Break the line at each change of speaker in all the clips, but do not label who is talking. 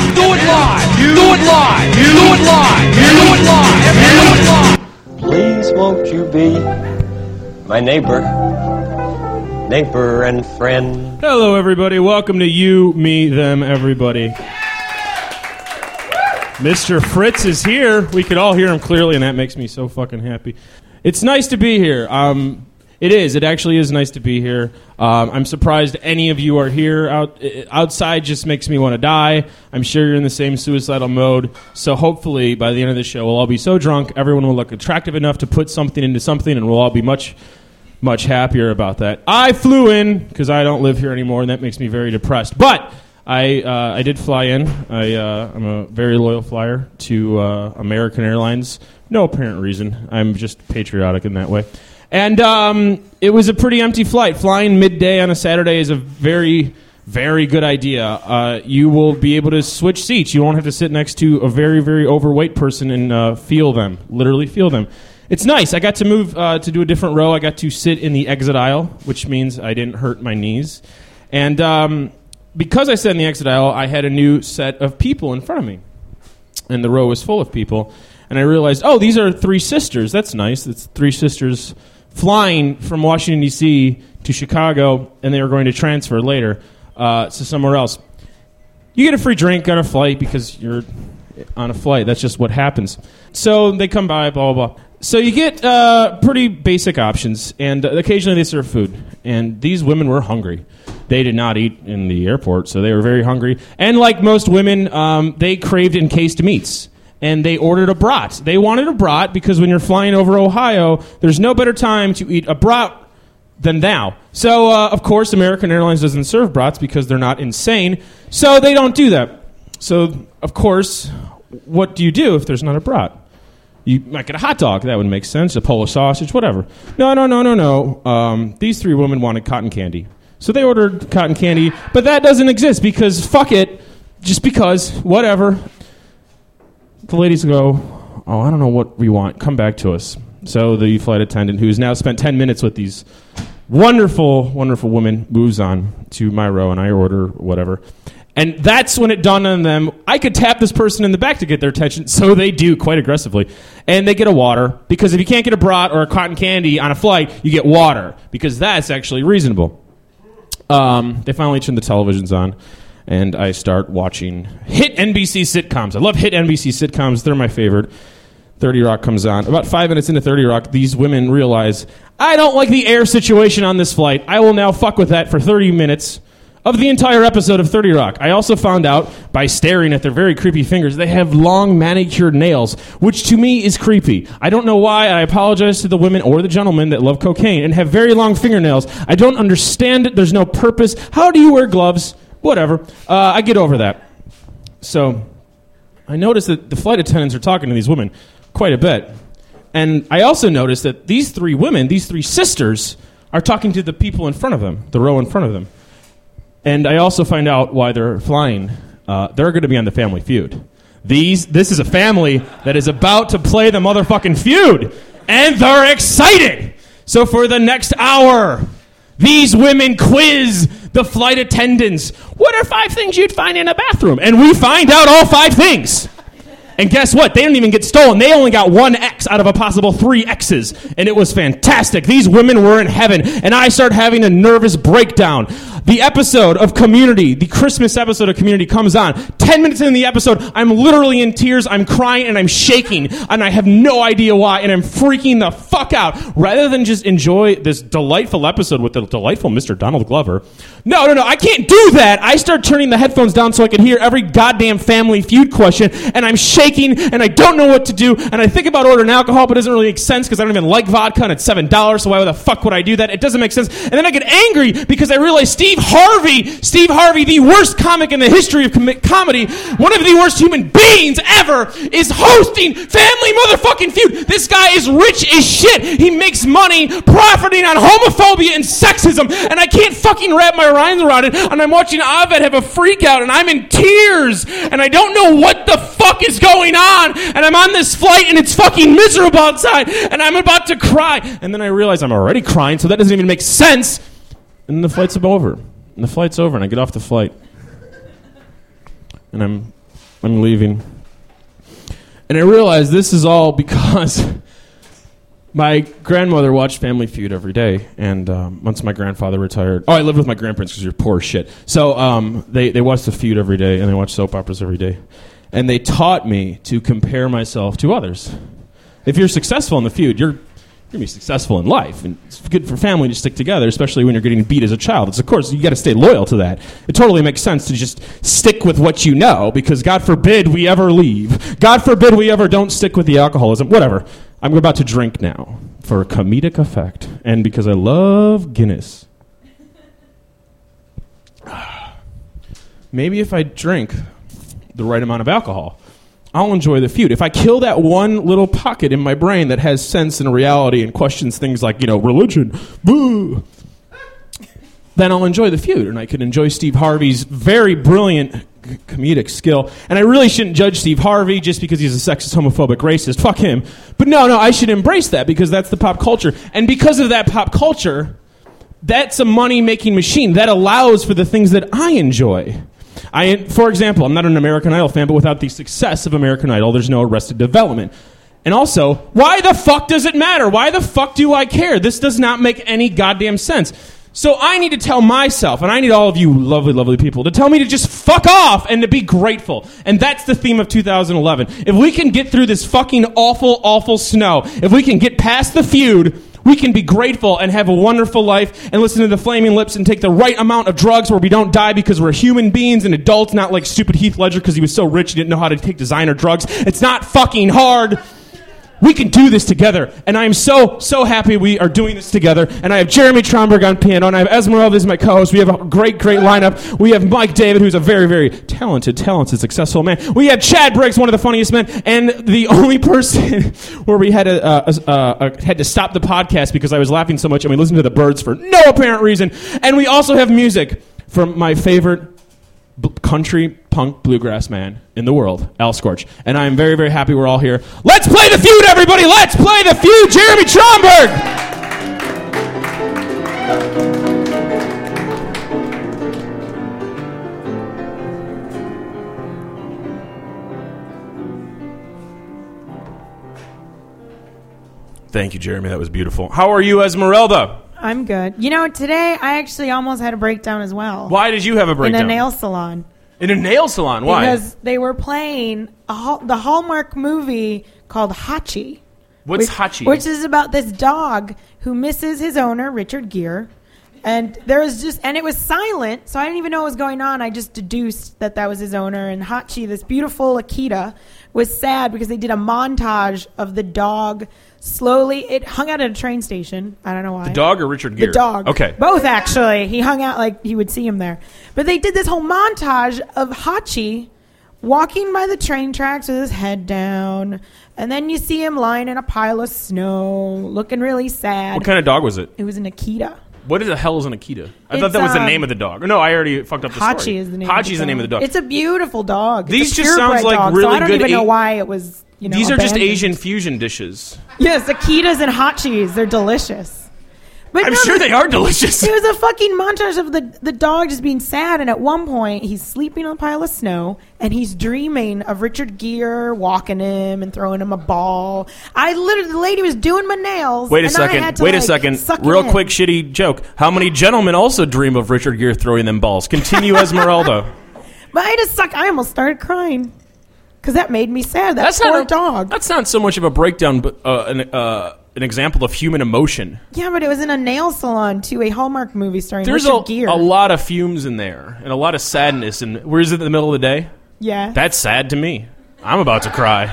live. Do it live. Do it live. Do it live. Do it live.
Please won't you be my neighbor, neighbor and friend?
Hello, everybody. Welcome to You, Me, Them, Everybody. Mr. Fritz is here. We could all hear him clearly, and that makes me so fucking happy. It's nice to be here. Um, it is. It actually is nice to be here. Um, I'm surprised any of you are here. Out, i- outside just makes me want to die. I'm sure you're in the same suicidal mode. So hopefully, by the end of the show, we'll all be so drunk, everyone will look attractive enough to put something into something, and we'll all be much much happier about that. I flew in because I don't live here anymore, and that makes me very depressed. But I uh, I did fly in. I uh, I'm a very loyal flyer to uh, American Airlines. No apparent reason. I'm just patriotic in that way. And um, it was a pretty empty flight. Flying midday on a Saturday is a very very good idea. Uh, you will be able to switch seats. You won't have to sit next to a very, very overweight person and uh, feel them, literally feel them. It's nice. I got to move uh, to do a different row. I got to sit in the exit aisle, which means I didn't hurt my knees. And um, because I sat in the exit aisle, I had a new set of people in front of me and the row was full of people. And I realized, oh, these are three sisters. That's nice. It's three sisters flying from Washington D.C. to Chicago, and they were going to transfer later uh, to somewhere else. You get a free drink on a flight because you're on a flight. That's just what happens. So they come by, blah blah blah. So you get uh, pretty basic options, and uh, occasionally they serve food. And these women were hungry. They did not eat in the airport, so they were very hungry. And like most women, um, they craved encased meats. And they ordered a brat. They wanted a brat because when you're flying over Ohio, there's no better time to eat a brat than now. So, uh, of course, American Airlines doesn't serve brats because they're not insane. So they don't do that. So, of course, what do you do if there's not a brat? You might get a hot dog. That would make sense. A Polish sausage, whatever. No, no, no, no, no. Um, these three women wanted cotton candy. So they ordered cotton candy, but that doesn't exist because fuck it. Just because, whatever the ladies go, "Oh, I don't know what we want. Come back to us." So the flight attendant, who's now spent ten minutes with these wonderful, wonderful women, moves on to my row, and I order whatever. And that's when it dawned on them: I could tap this person in the back to get their attention. So they do quite aggressively, and they get a water because if you can't get a brat or a cotton candy on a flight, you get water because that's actually reasonable. Um, they finally turn the televisions on, and I start watching hit NBC sitcoms. I love hit NBC sitcoms, they're my favorite. 30 Rock comes on. About five minutes into 30 Rock, these women realize I don't like the air situation on this flight. I will now fuck with that for 30 minutes of the entire episode of 30 Rock. I also found out by staring at their very creepy fingers, they have long manicured nails, which to me is creepy. I don't know why. I apologize to the women or the gentlemen that love cocaine and have very long fingernails. I don't understand it. There's no purpose. How do you wear gloves? Whatever. Uh, I get over that. So I noticed that the flight attendants are talking to these women quite a bit. And I also noticed that these three women, these three sisters, are talking to the people in front of them, the row in front of them. And I also find out why they're flying. Uh, they're going to be on the Family Feud. These, this is a family that is about to play the motherfucking feud, and they're excited. So for the next hour, these women quiz the flight attendants. What are five things you'd find in a bathroom? And we find out all five things. And guess what? They didn't even get stolen. They only got one X out of a possible three X's. And it was fantastic. These women were in heaven. And I start having a nervous breakdown. The episode of Community, the Christmas episode of Community comes on. Ten minutes into the episode, I'm literally in tears. I'm crying and I'm shaking. And I have no idea why. And I'm freaking the fuck out. Rather than just enjoy this delightful episode with the delightful Mr. Donald Glover. No, no, no. I can't do that. I start turning the headphones down so I can hear every goddamn family feud question, and I'm shaking, and I don't know what to do, and I think about ordering alcohol, but it doesn't really make sense because I don't even like vodka, and it's seven dollars, so why the fuck would I do that? It doesn't make sense. And then I get angry because I realize Steve Harvey, Steve Harvey, the worst comic in the history of com- comedy, one of the worst human beings ever, is hosting Family Motherfucking Feud. This guy is rich as shit. He makes money profiting on homophobia and sexism, and I can't fucking wrap my minds around it. And I'm watching Ovid have a freak out, and I'm in tears, and I don't know what the fuck is going on. And I'm on this flight, and it's fucking miserable outside, and I'm about to cry. And then I realize I'm already crying, so that doesn't even make sense. And the flight's over. And the flight's over, and I get off the flight. And I'm I'm leaving. And I realized this is all because my grandmother watched Family Feud every day. And um, once my grandfather retired, oh, I lived with my grandparents because you're poor as shit. So um, they, they watched the feud every day and they watched soap operas every day. And they taught me to compare myself to others. If you're successful in the feud, you're, you're going to be successful in life. And it's good for family to stick together, especially when you're getting beat as a child. It's, of course, you got to stay loyal to that. It totally makes sense to just stick with what you know because God forbid we ever leave. God forbid we ever don't stick with the alcoholism. Whatever. I'm about to drink now for a comedic effect and because I love Guinness. Maybe if I drink the right amount of alcohol, I'll enjoy the feud. If I kill that one little pocket in my brain that has sense and reality and questions things like, you know, religion, boo, then I'll enjoy the feud and I can enjoy Steve Harvey's very brilliant c- comedic skill. And I really shouldn't judge Steve Harvey just because he's a sexist, homophobic, racist. Fuck him. But no, no, I should embrace that because that's the pop culture. And because of that pop culture, that's a money making machine that allows for the things that I enjoy. I, for example, I'm not an American Idol fan, but without the success of American Idol, there's no Arrested Development. And also, why the fuck does it matter? Why the fuck do I care? This does not make any goddamn sense. So I need to tell myself, and I need all of you lovely, lovely people to tell me to just fuck off and to be grateful. And that's the theme of 2011. If we can get through this fucking awful, awful snow, if we can get past the feud, we can be grateful and have a wonderful life and listen to the flaming lips and take the right amount of drugs where we don't die because we're human beings and adults, not like stupid Heath Ledger because he was so rich he didn't know how to take designer drugs. It's not fucking hard. We can do this together. And I am so, so happy we are doing this together. And I have Jeremy Tromberg on piano, and I have Esmeralda as my co host. We have a great, great lineup. We have Mike David, who's a very, very talented, talented, successful man. We have Chad Briggs, one of the funniest men, and the only person where we had, a, uh, a, a, had to stop the podcast because I was laughing so much, and we listened to the birds for no apparent reason. And we also have music from my favorite b- country punk bluegrass man in the world, Al Scorch. And I am very, very happy we're all here. Let's play the feud, everybody! Let's play the feud, Jeremy Tromberg! Thank you, Jeremy. That was beautiful. How are you, Esmeralda?
I'm good. You know, today I actually almost had a breakdown as well.
Why did you have a
In
breakdown?
a nail salon.
In a nail salon. Why?
Because they were playing a, hall- the Hallmark movie called Hachi.
What's
which,
Hachi?
Which is about this dog who misses his owner, Richard Gere. And there was just, and it was silent, so I didn't even know what was going on. I just deduced that that was his owner. And Hachi, this beautiful Akita, was sad because they did a montage of the dog slowly. It hung out at a train station. I don't know why.
the dog or Richard Gere?
The dog.
Okay.
Both actually. He hung out like he would see him there. But they did this whole montage of Hachi walking by the train tracks with his head down. And then you see him lying in a pile of snow, looking really sad.
What kind of dog was it?
It was an Akita.
What the hell is an Akita? I
It's,
thought that was the
um,
name of the dog. No, I already fucked up the
Hachi
story.
is the name.
Hachi's
of the
the name of the dog.
It's a beautiful dog. It's
These
a
just sounds
purebred
like
dog, so
really
I don't
good
even know
A-
why it was. You know,
These are just
abandoned.
Asian fusion dishes.
Yes, Akitas and Hachis. They're delicious. But
I'm
no,
sure
the-
they are delicious.
It was a fucking montage of the the dog just being sad, and at one point he's sleeping on a pile of snow, and he's dreaming of Richard Gere walking him and throwing him a ball. I literally, the lady was doing my nails.
Wait a
and I had
second.
to,
Wait a
like,
second.
suck it
Real
in.
quick, shitty joke. How many gentlemen also dream of Richard Gere throwing them balls? Continue, Esmeralda.
But I just suck. I almost started crying because that made me sad. That
That's
poor
not a
dog.
That's not so much of a breakdown, but uh, an, uh, an example of human emotion.
yeah, but it was in a nail salon to a Hallmark movie starring
There's a,
Richard Gere.
a lot of fumes in there, and a lot of sadness. And where is it in the middle of the day?
yeah,
That's sad to me. I'm about to cry.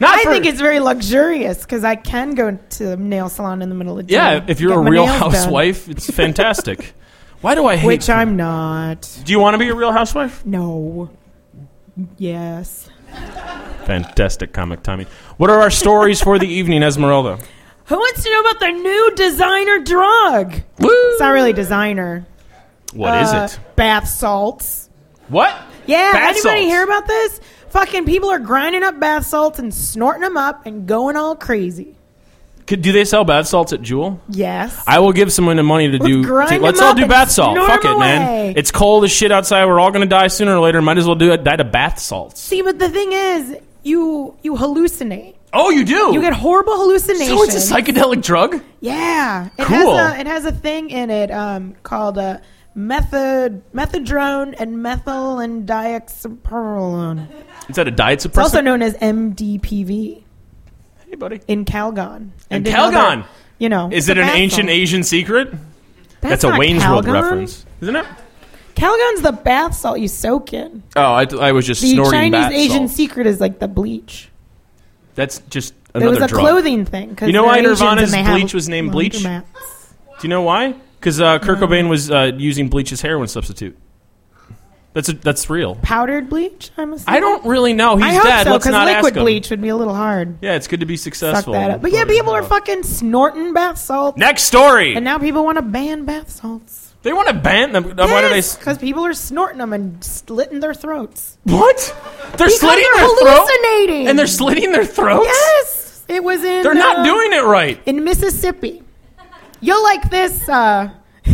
Not
I
for-
think it's very luxurious because I can go to the nail salon in the middle of the day.
Yeah, if you're
get
a
my
real
nails done.
housewife, it's fantastic. Why do I hate?
Which I'm not.
do you want to be a real housewife?
No. Yes.
Fantastic comic timing. What are our stories for the evening, Esmeralda?
Who wants to know about their new designer drug? It's not really designer.
What is
Uh,
it?
Bath salts.
What?
Yeah,
Bath
anybody
salts.
hear about this? Fucking people are grinding up bath salts and snorting them up and going all crazy.
Could, do they sell bath salts at Jewel?
Yes.
I will give someone the money to
Let's
do.
grind
to-
them
let's all
up
do
and
bath salt.
snort
Fuck it,
them
man.
away.
It's cold as shit outside. We're all gonna die sooner or later. Might as well do it. Die to bath salts.
See, but the thing is, you you hallucinate.
Oh, you do.
You get horrible hallucinations.
so it's a psychedelic drug.
Yeah, it
Cool.
has a it has a thing in it um, called uh, method methadrone and methyl and dioxyperolone.
Is that a diet
It's also
suppressant?
known as MDPV
Hey, buddy.
in Calgon.
In
And in
Calgon!
other- you know,
Is it an
Tabasco.
ancient Asian secret? That's, a
not
Wayne's World
Calgon.
reference, isn't it?
Calgon's the bath salt you soak in.
Oh, I, I was just
The
snorting
Chinese
bath
Asian
salt.
secret is like the bleach.
That's just
It
another
was a
drug.
clothing thing. 'cause
You know
they're
why
Asians
Nirvana's
and they have
bleach was named Bleach?
laundromats.
Do you know why? Because uh, Kurt Cobain was uh, using bleach as heroin substitute. That's a, that's real.
Powdered bleach? I'm assuming.
I don't really know. He's
I hope
dead.
so,
Let's
because
not
liquid
ask him.
bleach would be a little hard.
Yeah, it's good to be
Suck
successful.
that up. But yeah, people are fucking snorting bath salts.
Next story.
And now people want to ban bath salts.
they want to ban them. Uh, Why do they? s-
Because people are snorting them and slitting their throats.
What? They're
Because
slitting
they're
their throat.
hallucinating.
And they're slitting their throats.
Yes! It was in.
They're not
uh,
doing it right.
In Mississippi. You'll like this, uh.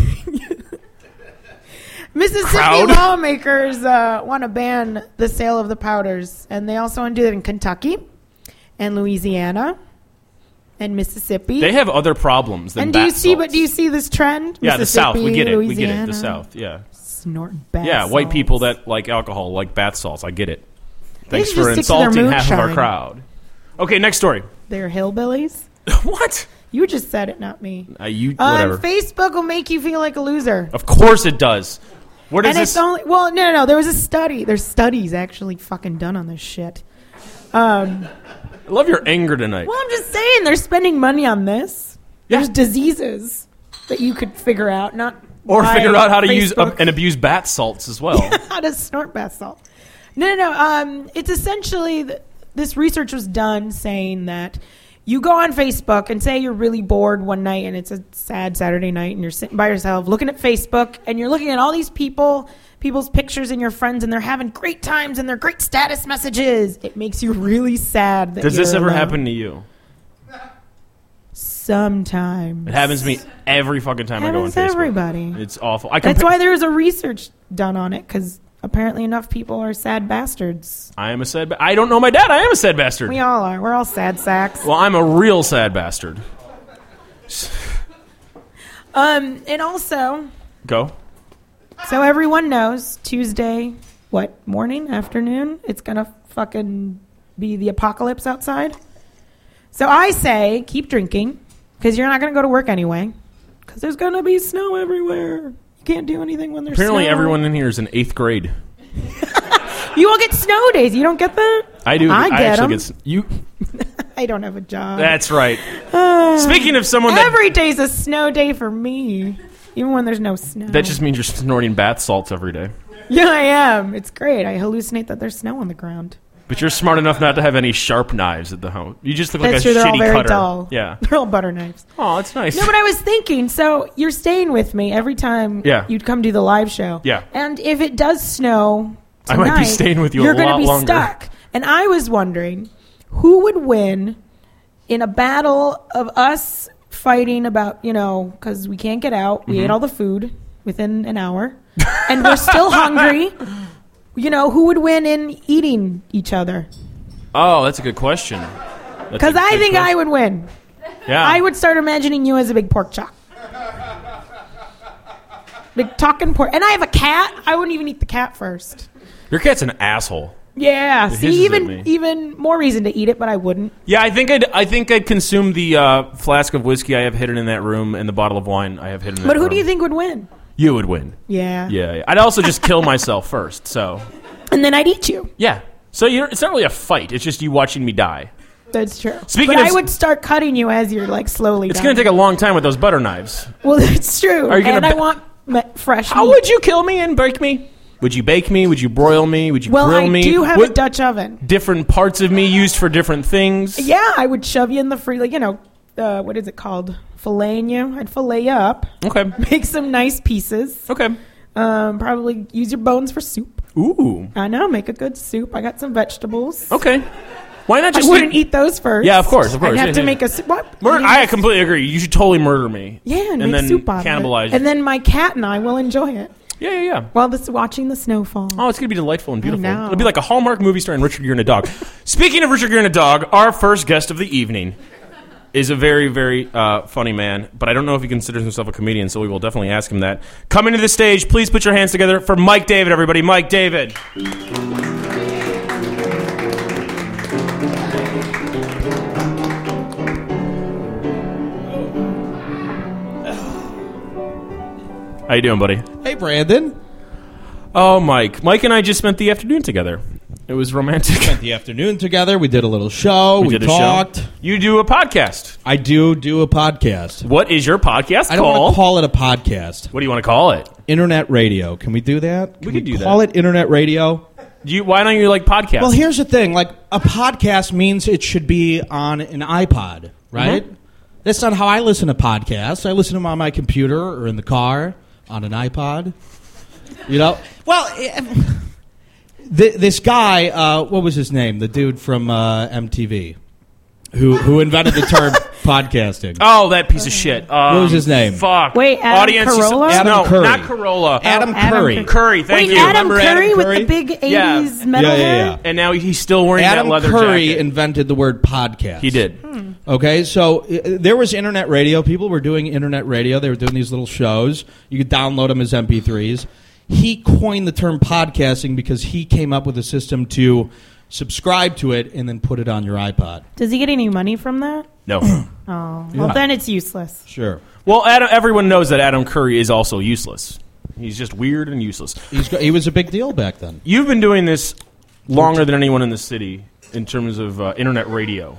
Mississippi
Crowd.
lawmakers uh, want to ban the sale of the powders, and they also want to do it in Kentucky and Louisiana and Mississippi.
They have other problems than
and do you
bath
see?
salts.
But do you see this trend?
Yeah, the South. We
Mississippi,
get it. We get it.
Louisiana,
The South. Yeah.
Snort bath
Yeah. White
salts.
people that like alcohol like bath salts. I get it. Thanks
should
for
just stick to their
insulting half of our
moonshine.
crowd. Okay, next story.
They're hillbillies.
what?
You just said it, not me.
Uh, you
Um,
whatever.
Facebook will make you feel like a loser.
of course it does. What is
and it's
this?
only well, no, no, no. There was a study. There's studies actually fucking done on this shit. Um,
I love your anger tonight.
well, I'm just saying they're spending money on this.
Yeah.
There's diseases that you could figure out, not
Or
by
figure out how to use
Facebook.
ab- and abuse bath salts as well.
how to snort bath salt. No, no, no. Um, it's essentially th- this research was done saying that you go on Facebook and say you're really bored one night and it's a sad Saturday night and you're sitting by yourself looking at Facebook and you're looking at all these people, people's pictures and your friends and they're having great times and they're great status messages. It makes you really sad. That
Does this
you're
ever
alone.
happen to you?
Sometimes.
It happens to me every fucking time I go on
Happens to
Facebook.
everybody.
It's awful. I
That's
compa-
why there was a research done on it because apparently enough people are sad bastards.
I am a sad. Ba- I don't know my dad. I am a sad bastard.
We all are. We're all sad sacks.
well, I'm a real sad bastard.
Um, and also,
Go.
so everyone knows Tuesday, what morning, afternoon, it's gonna fucking be the apocalypse outside. So I say keep drinking because you're not gonna go to work anyway because there's gonna be snow everywhere. You can't do anything when there's
Apparently,
snow.
everyone in here is in eighth grade.
You all get snow days. You don't get that.
I do.
I get
actually
'em.
get s- you.
I don't have a job.
That's right. Speaking of someone that
Every day's a snow day for me, even when there's no snow.
that just means you're snorting bath salts every day,
yeah, I am. It's great. I hallucinate that there's snow on the ground.
but you're smart enough not to have any sharp knives at the home. You just look
That's
like
true.
a
They're
shitty
all very
cutter.
dull.
Yeah.
they're all butter knives.
Oh, that's nice.
No, but I was thinking. So you're staying with me every time.
Yeah.
You'd come do the live show.
Yeah.
And if it does snow,
I might be
tonight,
staying with you a
You're gonna
lot
be
longer.
stuck. And I was wondering, who would win in a battle of us fighting about you know because we can't get out.
Mm-hmm.
We ate all the food within an hour, and we're still hungry. You know who would win in eating each other?
oh, that's a good question.
Because I think I would win.
Yeah.
I would start imagining you as a big pork chop. Big talking pork. And I have a cat. I wouldn't even eat the cat first.
Your cat's an asshole.
Yeah.
hisses at
See,
me.
even even more reason to eat it, but I wouldn't.
Yeah, I think I'd I think I'd consume the uh, flask of whiskey I have hidden in that room and the bottle of wine I have hidden. In
But
that
who do
room.
you think would win?
you would win?
Yeah.
Yeah, yeah. I'd also just kill myself first. So
And then I'd eat you.
yeah. So you're, it's not really a fight. It's just you watching me die.
That's true.
Speaking
but
of-
I would start cutting you as you're like slowly.
It's going to take a long time with those butter knives.
Well, that's true.
Are you gonna
and I
ba-
want me- fresh.
How
meat.
Oh, would you kill me and bake me? Would you bake me? Would you broil me? Would you
Well,
grill
I
me?
do have
Would
a Dutch oven.
different parts of me used for different things?
Yeah, I would shove you in the free, like you know, uh, what is it called? Filleting you. I'd fillet you up,
Okay.
make some nice pieces.
Okay.
Um, probably use your bones for soup.
Ooh.
I know, make a good soup. I got some vegetables.
Okay.
Why not
I
Oh, just
wouldn't eat those first.
Yeah, of course, of course,
I'd have
yeah,
to
yeah.
make a s- what?
Mur- I completely agree. You should totally murder me.
yeah, and,
and
make
then
soup out of it.
cannibalize it.
And then my cat and I will enjoy it
Yeah, yeah, yeah.
while this watching the snowfall.
Oh, it's gonna be delightful and beautiful.
know.
It'll be like a Hallmark movie starring Richard Gere and a dog. Speaking of Richard Gere and a dog, our first guest of the evening is a very, very uh, funny man, but I don't know if he considers himself a comedian, so we will definitely ask him that. Coming to the stage, please put your hands together for Mike David, everybody. Mike David. How you doing, buddy?
Hey, Brandon.
Oh, Mike. Mike and I just spent the afternoon together. It was romantic.
The afternoon together, we did a little show. We,
did a show.
talked.
You do a podcast.
I do do a podcast.
What is your podcast
I don't want
called?
to call it a podcast.
what do you want to call it?
Internet radio. Can we do that? Can
could do that.
Call it internet radio.
Do you, why don't you like podcasts?
Well, here's the thing: like a podcast means it should be on an iPod, right? That's not how I listen to podcasts. I listen to them on my computer or in the car on an iPod. You know, well, eh, th- this guy, uh, what was his name? The dude from uh, MTV, who who invented the term podcasting.
oh, that piece of shit. Um,
was his name?
Fuck.
Wait, Adam
Audience is-
Carolla?
Adam
no,
Curry.
not Carolla.
Adam,
Adam
Curry.
Curry.
Curry. Thank
Wait,
you.
Adam
Remember
Curry,
Adam
with
Curry?
the big '80s
Yeah.
metal
Yeah, yeah,
hair.
yeah.
and now he's still wearing
Adam
that leather
Curry
jacket.
invented the word podcast.
he did.
Okay, so uh, there was internet radio. People were doing internet radio. They were doing these little shows. You could download them as MP3s. He coined the term podcasting because he came up with a system to subscribe to it and then put it on your iPod.
Does he get any money from that?
No.
Oh, well, then it's useless.
Sure.
well, Adam, everyone knows that Adam Curry is also useless. He's just weird and useless.
He's, go- he was a big deal back then.
You've been doing this longer than anyone in the city in terms of uh, internet radio.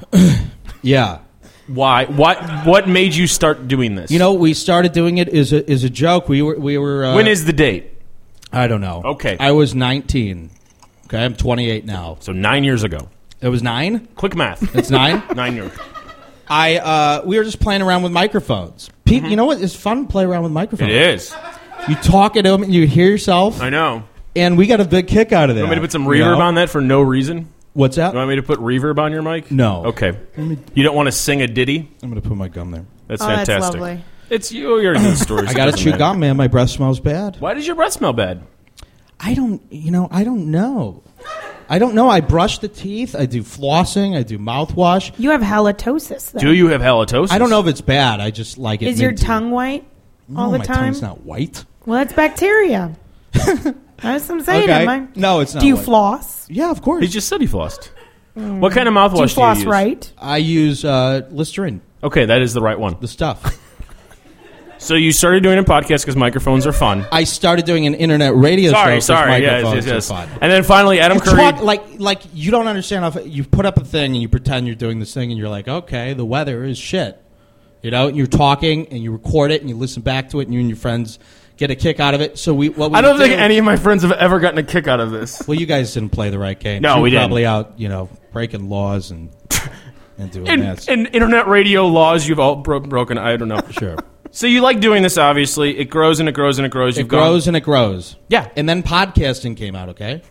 Yeah.
Why? What? What made you start doing this?
You know, we started doing it as a, as a joke. We were. We were uh,
when is the date?
I don't know.
Okay.
I was 19. Okay, I'm 28 now.
So nine years ago.
It was nine?
Quick math.
It's nine?
nine years.
I uh, we were just playing around with microphones. Pete, you know what? It's fun to play around with microphones.
Mm-hmm. It is.
You talk at them and you hear yourself,
I know.
and we got a big kick out of that.
You want me to put some reverb on that for no reason?
What's that?
You want me to put reverb on your mic?
No.
Okay. You don't want to sing a ditty?
I'm going to put my gum there.
That's
Oh, that's
fantastic.
lovely.
It's you. you already know the story. so
I
it
got to
doesn't
chew
matter.
gum, man. My breath smells bad.
Why does your breath smell bad?
I don't. You know, I don't know. I don't know. I brush the teeth. I do flossing. I do mouthwash.
You have halitosis. Then.
Do you have halitosis?
I don't know if it's bad. I just like it.
Is your
minty.
tongue white
No,
all the
my
time?
tongue's not white.
Well, it's bacteria. That's what I'm saying.
Okay.
am I?
No, it's not
Do you
white.
floss?
Yeah, of course.
He just said he flossed. What kind of mouthwash
Do you floss
use? Oh,
right?
I use uh, Listerine.
Okay, that is the right one.
The stuff.
So you started doing a podcast because microphones are fun.
I started doing an internet radio
Sorry,
show. 'cause
sorry. Yes, yes,
microphones
yes.
are fun.
And then finally, Adam Curry.
Talk- like like you don't understand how you put up a thing and you pretend you're doing this thing and you're like, okay, the weather is shit. You know, and you're talking and you record it and you listen back to it and you and your friends get a kick out of it. So we what we
I don't
do-
think any of my friends have ever gotten a kick out of this.
Well, you guys didn't play the right game.
No,
You're
we didn't.
probably out, you know, breaking laws and and doing
In,
that.
in internet radio laws, you've all bro- broken. I don't know.
sure,
so you like doing this? Obviously, it grows and it grows and it grows.
it
You've
grows and it grows.
Yeah.
and then podcasting came out. Okay.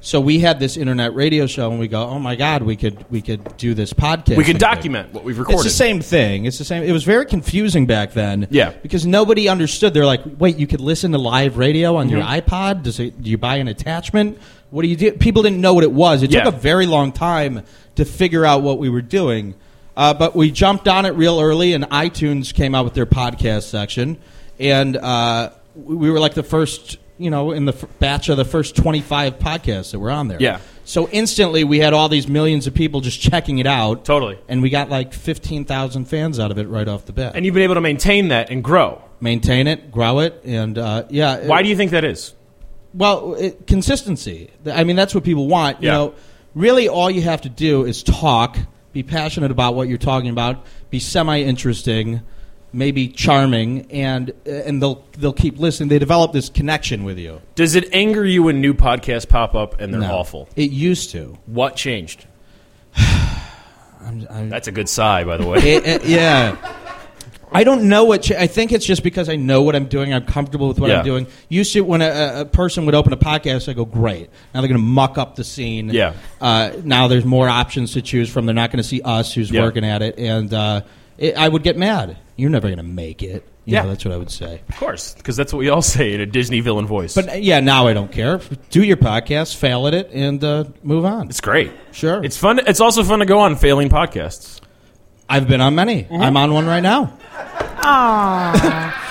So we had this internet radio show, and we go, "Oh my God, we could we could do this podcast.
Gone, we can document what we've recorded.
It's the same thing. It's the same. It was very confusing back then.
Yeah.
Because nobody understood. They're like, wait, you could listen to live radio on your
Mm-hmm.
iPod? Does it, do you buy an attachment? What do you do? People didn't know what it was. It
Yeah.
took a very long time to figure out what we were doing. Uh, but we jumped on it real early, and iTunes came out with their podcast section. And uh, we were like the first, you know, in the f- batch of the first 25 podcasts that were on there.
Yeah.
So instantly, we had all these millions of people just checking it out.
Totally.
And we got like 15,000 fans out of it right off the bat.
And you've been able to maintain that and grow.
Maintain it, grow it, and uh, yeah.
Why do you think that is?
Well, it, consistency. Th- I mean, that's what people want. You
Yeah.
know, really all you have to do is talk, be passionate about what you're talking about, be semi interesting, maybe charming, and and they'll they'll keep listening. They develop this connection with you.
Does it anger you when new podcasts pop up and they're
No.
awful?
It used to.
What changed?
I'm, I'm,
That's a good sigh, by the way.
it, it- yeah. I don't know what. Ch- I think it's just because I know what I'm doing. I'm comfortable with what
Yeah.
I'm doing. Used to when a- a, a person would open a podcast, I go, "Great!" Now they're going to muck up the scene.
Yeah.
Uh, now there's more options to choose from. They're not going to see us, who's
Yeah.
working at it, and uh, it, I would get mad. You're never going to make it. You
Yeah.
know, that's what I would say.
Of course, because that's what we all say in a Disney villain voice.
But uh, yeah, now I don't care. Do your podcast, fail at it, and uh, move on.
it's great.
Sure.
It's fun. It's also fun to go on failing podcasts.
I've been on many.
Mm-hmm.
I'm on one right now.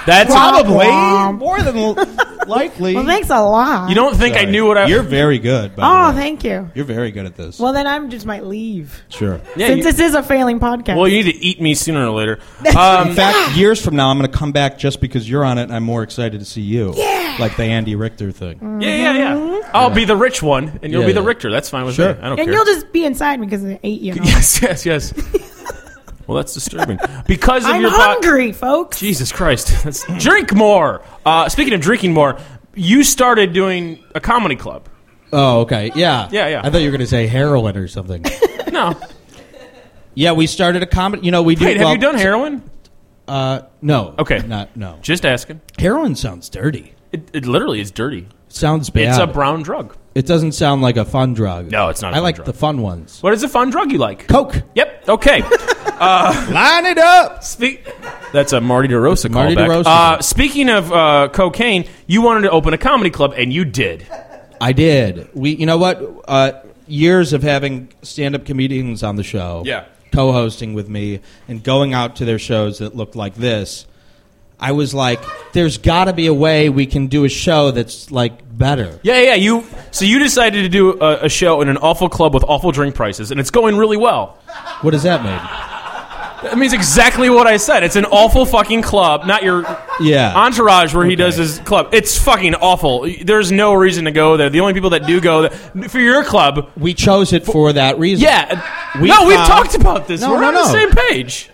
That's
Womp.
more than l- likely.
Well, thanks a lot.
You don't think I
Sorry.
knew what I?
You're very good. By
Oh,
the way.
thank you.
You're very good at this.
Well, then I am just might leave
sure.
yeah,
since
you-
this is a failing podcast.
well, you need to eat me sooner or later. Um,
In fact, years from now, I'm going to come back just because you're on it, and I'm more excited to see you. Yeah. Like the Andy Richter thing.
Mm.
yeah, yeah, yeah. I'll be the rich one, and you'll
Yeah,
be the
yeah.
Richter. That's fine with
Sure.
me. I don't
Mm-hmm. and
care.
you'll just be inside because I ate you.
yes, yes, yes. well, that's disturbing because of
I'm
your po-
hungry, folks.
Jesus Christ! That's, drink more. Uh, speaking of drinking more, you started doing a comedy club.
Oh, okay. Yeah.
Yeah, yeah.
I thought you were going to say heroin or something.
No,
yeah, we started a comedy. You know, we do.
wait.
well,
have you done heroin?
Uh, no.
Okay.
Not no.
Just asking.
Heroin sounds dirty.
It, it literally is dirty.
Sounds bad.
It's a brown drug.
it doesn't sound like a fun drug.
No, it's not a
I
fun
like
drug.
the fun ones.
What is a fun drug you like?
Coke.
Yep. Okay.
Line it up.
Spe- That's a Marty DeRosa
Marty
callback.
DeRosa.
Uh, speaking of uh, cocaine, you wanted to open a comedy club, and you did.
I did. We, you know what? Uh, years of having stand-up comedians on the show,
Yeah.
co-hosting with me, and going out to their shows that looked like this. I was like, "There's got to be a way we can do a show that's like better."
Yeah, yeah. You so you decided to do a, a show in an awful club with awful drink prices, and it's going really well.
What does that mean?
That means exactly what I said. It's an awful fucking club, not your
Yeah,
entourage where he does
Okay.
his club. It's fucking awful. There's no reason to go there. The only people that do go there, for your club,
we chose it for that reason.
yeah.
We
no, we've
found-
talked about this.
No,
We're
no,
on the
no.
same page.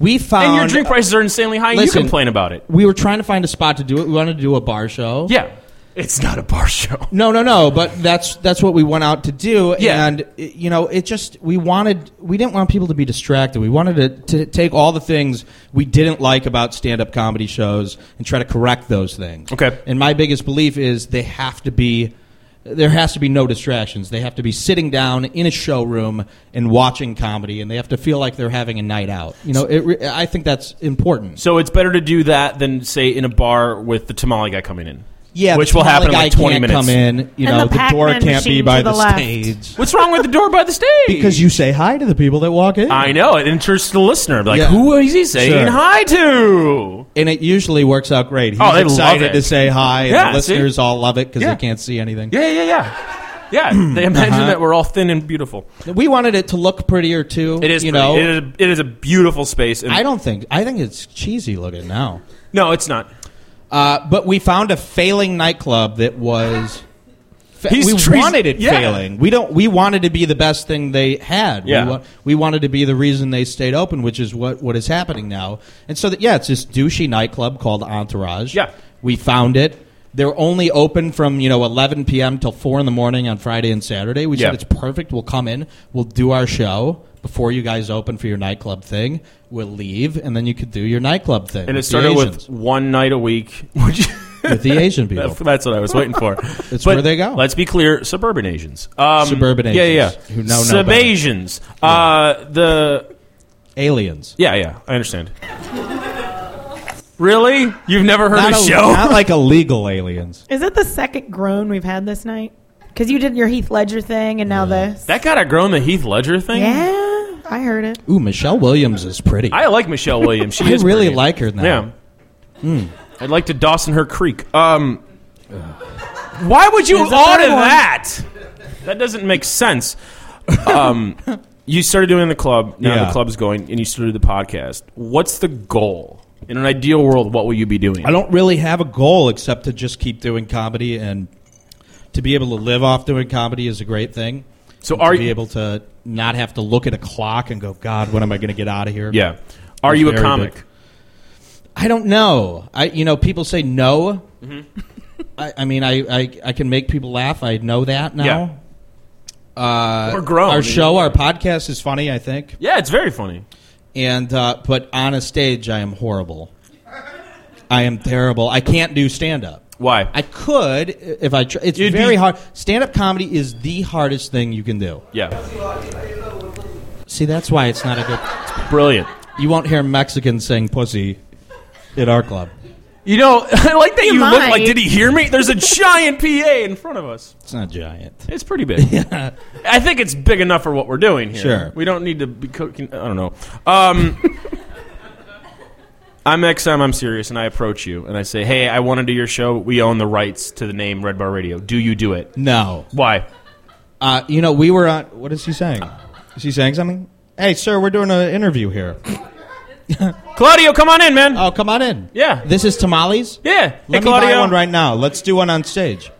we found
And your drink prices are insanely high. and
Listen.
you complain about it.
We were trying to find a spot to do it. We wanted to do a bar show.
Yeah. It's not a bar show.
No, no, no. But that's that's what we went out to do.
Yeah.
And i- you know, it just we wanted we didn't want people to be distracted. We wanted to, to take all the things we didn't like about stand up comedy shows and try to correct those things.
Okay.
And my biggest belief is they have to be. There has to be no distractions. They have to be sitting down in a showroom and watching comedy, and they have to feel like they're having a night out. You know, it, re- I think that's important.
So it's better to do that than say in a bar with the tamale guy coming in.
Yeah,
which
the
will happen in
guy
like twenty minutes.
can't Come in, you
And
know,
the
the, door
Pac-Man
can't be
machine
by
to the
the
left.
stage.
What's wrong with the door by the stage?
because you say hi to the people that walk in.
I know it interests the listener. Like,
Yeah.
who is he saying
Sure.
hi to?
and it usually works out great. He's
Oh, they love
excited
it.
to say hi, and
Yeah,
the listeners all love it because
Yeah.
they can't see anything.
Yeah, yeah, yeah, yeah. They imagine
Uh-huh.
that we're all thin and beautiful.
We wanted it to look prettier too.
It is,
you
pretty.
know.
it is, it is a beautiful space. And
I don't think I think it's cheesy looking now.
No, it's not.
Uh, but we found a failing nightclub that was. fa-
He's
we
tre-
wanted it
yeah.
failing. We don't. We wanted to be the best thing they had.
Yeah.
We, wa- we wanted to be the reason they stayed open, which is what what is happening now. And so that yeah, it's this douchey nightclub called Entourage.
Yeah.
We found it. They're only open from you know 11 p.m. till four in the morning on Friday and Saturday. We
Yeah.
said it's perfect. We'll come in. We'll do our show before you guys open for your nightclub thing. We'll leave, and then you could do your nightclub thing.
And it
with the
started with
Asians.
one night a week. Would you-
with the Asian people.
That's that's what I was waiting for.
It's where they go.
Let's be clear: suburban Asians, um,
Suburban
yeah, yeah,
Asians who know no better.
Subasians. Uh, the
aliens.
Yeah, yeah, I understand. really? You've never heard of
a-
the show?
not like illegal aliens.
Is that the second groan we've had this night? Because you did your Heath Ledger thing and now this.
that got a grown the Heath Ledger thing?
yeah, I heard it.
Ooh, Michelle Williams is pretty.
I like Michelle Williams. She
I
is
really
pretty.
like her now.
Yeah. Hmm. I'd like to Dawson her creek. Um, why would you
There's a
order
third one.
that? That doesn't make sense. Um, you started doing the club. Now
Yeah.
the club's going, and you started the podcast. What's the goal? In an ideal world, what will you be doing?
I don't really have a goal except to just keep doing comedy and to be able to live off doing comedy is a great thing.
So
And
are
to be
you-
able to not have to look at a clock and go, God, when am I going to get out of here?
Yeah. Are
It's
you a
very
comic?
big. I don't know. I you know people say no.
Mm-hmm.
I, I mean I, I I can make people laugh. I know that now. Uh,
We're grown.
Our show, our podcast is funny. I think.
Yeah, it's very funny.
And uh, but on a stage, I am horrible. I am terrible. I can't do stand up.
Why?
I could if I. Tr- it's
You'd be-
very hard. Stand up comedy is the hardest thing you can do.
yeah.
See, that's why it's not a good.
Brilliant.
You won't hear Mexicans saying "pussy" at our club.
You know, I like that you,
You
look like,
might.
did he hear me? There's a giant PA in front of us.
It's not giant.
It's pretty big. I think it's big enough for what we're doing here.
Sure.
We don't need to be cooking. I don't know. Um, I'm XM, I'm serious, and I approach you and I say, hey, I want to do your show. We own the rights to the name Red Bar Radio. Do you do it?
No.
Why?
Uh, you know, we were on. What is he saying? Is he saying something? Hey, sir, we're doing an interview here.
Claudio, come on in, man.
Oh, come on in.
Yeah.
This is tamales.
yeah.
Let
hey,
me
Claudio.
buy one right now. Let's do one on stage.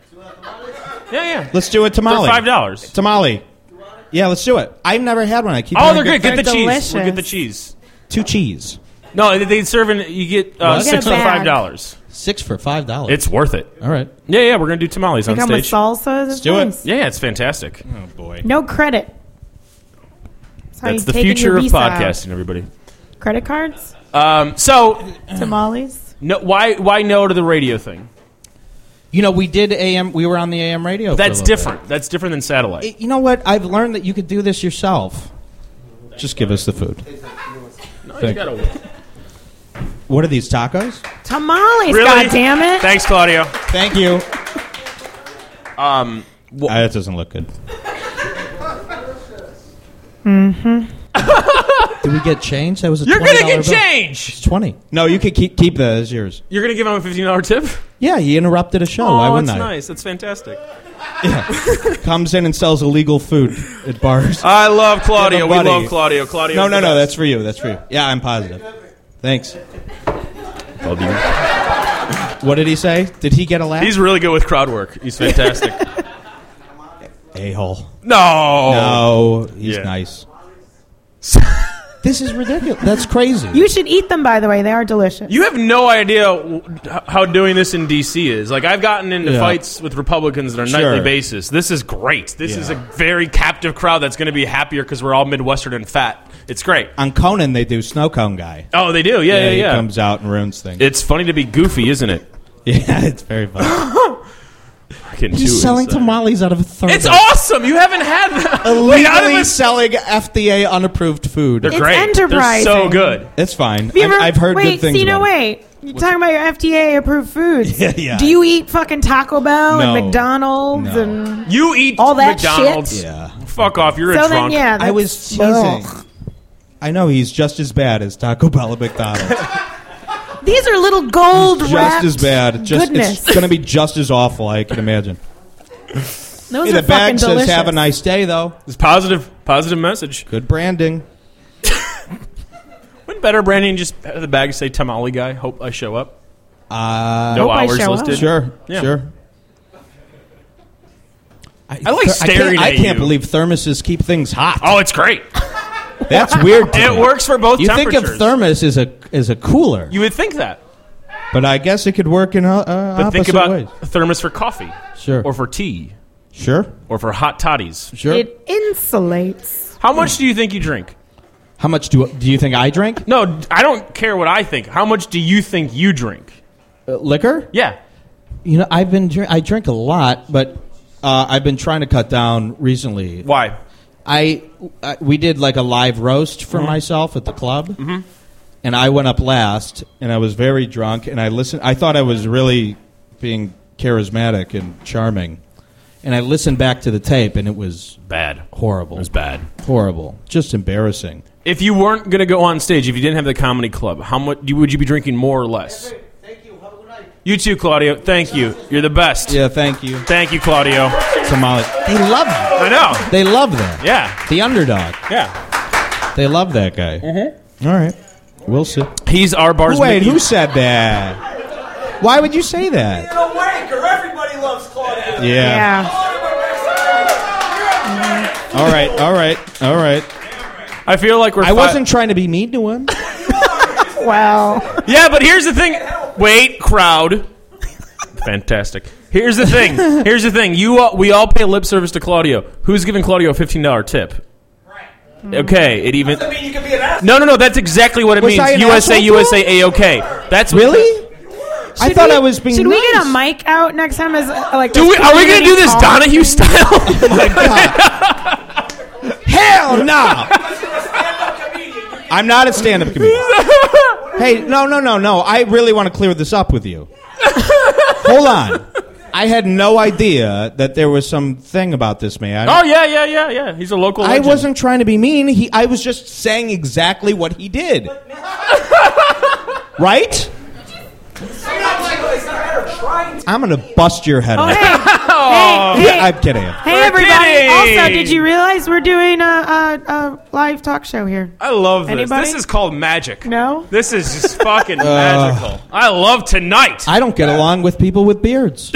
Yeah, yeah.
Let's do a tamale.
For five dollars.
Tamale. Yeah, let's do it. I've never had one. I keep.
Oh,
hearing
they're good. Get the
things.
cheese. We'll get the
Delicious.
cheese.
two cheese.
No, they- they serve in. You get uh,
What?
six for
Get a bag.
five dollars.
Six for five dollars.
It's worth it.
all right.
Yeah, yeah. We're gonna do tamales on
Come with
stage.
salsa. Let's
do it.
Yeah, yeah, it's fantastic.
No credit. That's, how
That's
you
the
take in
future
your
of
visa out.
podcasting, everybody.
Credit cards,
Um, so,
tamales.
no, why why no to the radio thing?
You know, we did AM. We were on the AM radio. for a
That's
little bit.
different. That's different than satellite.
It- you know what? I've learned that you could do this yourself. Just give us the food.
You gotta-
What are these tacos?
Tamales.
Really?
God damn it.
Thanks, Claudio.
Thank you.
Um, wh-
Ah, that doesn't look good. Mm-hmm. Did we get change? That was a
you're
$20
gonna get
bill.
change.
It's twenty. No, you could keep keep that as yours.
You're gonna give him a fifteen dollar tip.
Yeah, he interrupted a show. Why
oh,
wouldn't
that's
I?
nice. That's fantastic.
Comes in and sells illegal food at bars.
I love Claudio.
Give
We
him a buddy.
love Claudio. Claudio.
no, no, no. That's for you. That's for you. Yeah, I'm positive. Thanks. What did he say? Did he get a laugh?
He's really good with crowd work. He's fantastic.
a hole.
no.
No, he's
Oh. Yeah.
nice. this is ridiculous. That's crazy.
You should eat them, by the way. They are delicious.
You have no idea w- h- how doing this in DC is. Like I've gotten into
Yeah.
fights with Republicans on a
Sure.
nightly basis. This is great. This is a
Yeah.
very captive crowd that's going to be happier because we're all Midwestern and fat. It's great.
On Conan, they do snow cone guy.
Oh, they do. Yeah, yeah,
he
yeah.
comes out and ruins things.
It's funny to be goofy, isn't it?
yeah, it's very funny.
I can do
He's selling
inside.
tamales out of a third.
It's awesome. You haven't had that. Wait, out of
Illegally
this-
selling FDA unapproved food.
They're
It's
great. They're so
enterprising.
good.
it's fine.
Have you
I've,
ever-
I've heard
wait,
good things.
See, no,
about it.
wait. You're talking about your FDA approved foods.
Yeah, yeah.
Do you eat fucking Taco Bell
No.
and McDonald's
No.
and
You eat
All that
McDonald's.
shit?
Yeah.
Fuck off. You're
so
a drunk.
then yeah,
I was
that's-
teasing.
Ugh.
I know he's just as bad as Taco Bell and McDonald's.
These are little gold
just
wrapped
as bad. Just
goodness.
it's going to be just as awful. I can imagine.
Those
Hey,
are
the
fucking
bag says
delicious.
"Have a nice day," though.
It's positive. Positive message.
Good branding.
Wouldn't better branding just have the bag say tamale guy. Hope I show up.
Uh,
No
Hope I
hours
show up.
listed.
Sure,
Yeah.
sure.
I like staring
I can't, I
at
can't
you.
believe thermoses keep things hot.
Oh, it's great.
That's weird. to
It
me.
works for both
You think of
temperatures.
thermos as a as a cooler,
You would think that.
but I guess it could work in uh, uh,
But
opposite
think about
ways.
a thermos for coffee
Sure,
or for tea
sure,
or for hot toddies.
sure.
It insulates.
How much do you think you drink?
How much do do you think I drink?
No, I don't care what I think. How much do you think you drink?
Uh, liquor?
Yeah.
You know, I've been dr- I drink a lot, but uh, I've been trying to cut down recently.
Why?
I, I we did like a live roast for myself at the club, and I went up last, and I was very drunk, and I listened. I thought I was really being charismatic and charming, and I listened back to the tape, and it was
Bad.
horrible. It was
Bad.
horrible, just embarrassing.
If you weren't going to go on stage, if you didn't have the comedy club, how much do- would you be drinking more or less? Thank you. You too, Claudio. Thank you. You're the best.
Yeah, thank you,
Thank you, Claudio.
Somali. They love, him.
I know.
they love that.
Yeah.
The underdog,
Yeah.
they love that guy. Mm-hmm. right, we'll see.
He's our bar's
Wait,
Mickey.
who said that? Why would you say that?
Everybody loves Claudia.
Yeah.
Yeah.
All right. All right. All right.
I feel like we're
I
fi-
wasn't trying to be mean to him.
Well,
Yeah, but here's the thing. Wait, crowd. Fantastic. Here's the thing. Here's the thing. You all, we all pay lip service to Claudio. Who's giving Claudio a fifteen dollar tip? Okay, it even.
I mean, you can be an ass.
No, no, no. That's exactly what it
Mm. Was I
means.
an
USA,
asshole to
USA, a okay. That's what-
Really? I
Should
thought
we-
I was being
Should we get a
nice.
mic out next time? As uh, like,
Do
this
we, are we gonna
community
do this
hall?
Donahue style?
Hell no! I'm not a stand-up comedian. hey, no, no, no, no. I really want to clear this up with you. Hold on. I had no idea that there was some thing about this man.
oh yeah, yeah, yeah, yeah. He's a local.
I
legend.
wasn't trying to be mean. He, I was just saying exactly what he did. right? I'm gonna bust your head
Oh,
off.
hey, hey, hey,
I'm kidding.
hey, everybody!
kidding.
Also, did you realize we're doing a, a, a live talk show here?
I love this.
Anybody?
This is called magic.
No.
This is just fucking
Uh.
magical. I love tonight.
I don't get along with people with beards.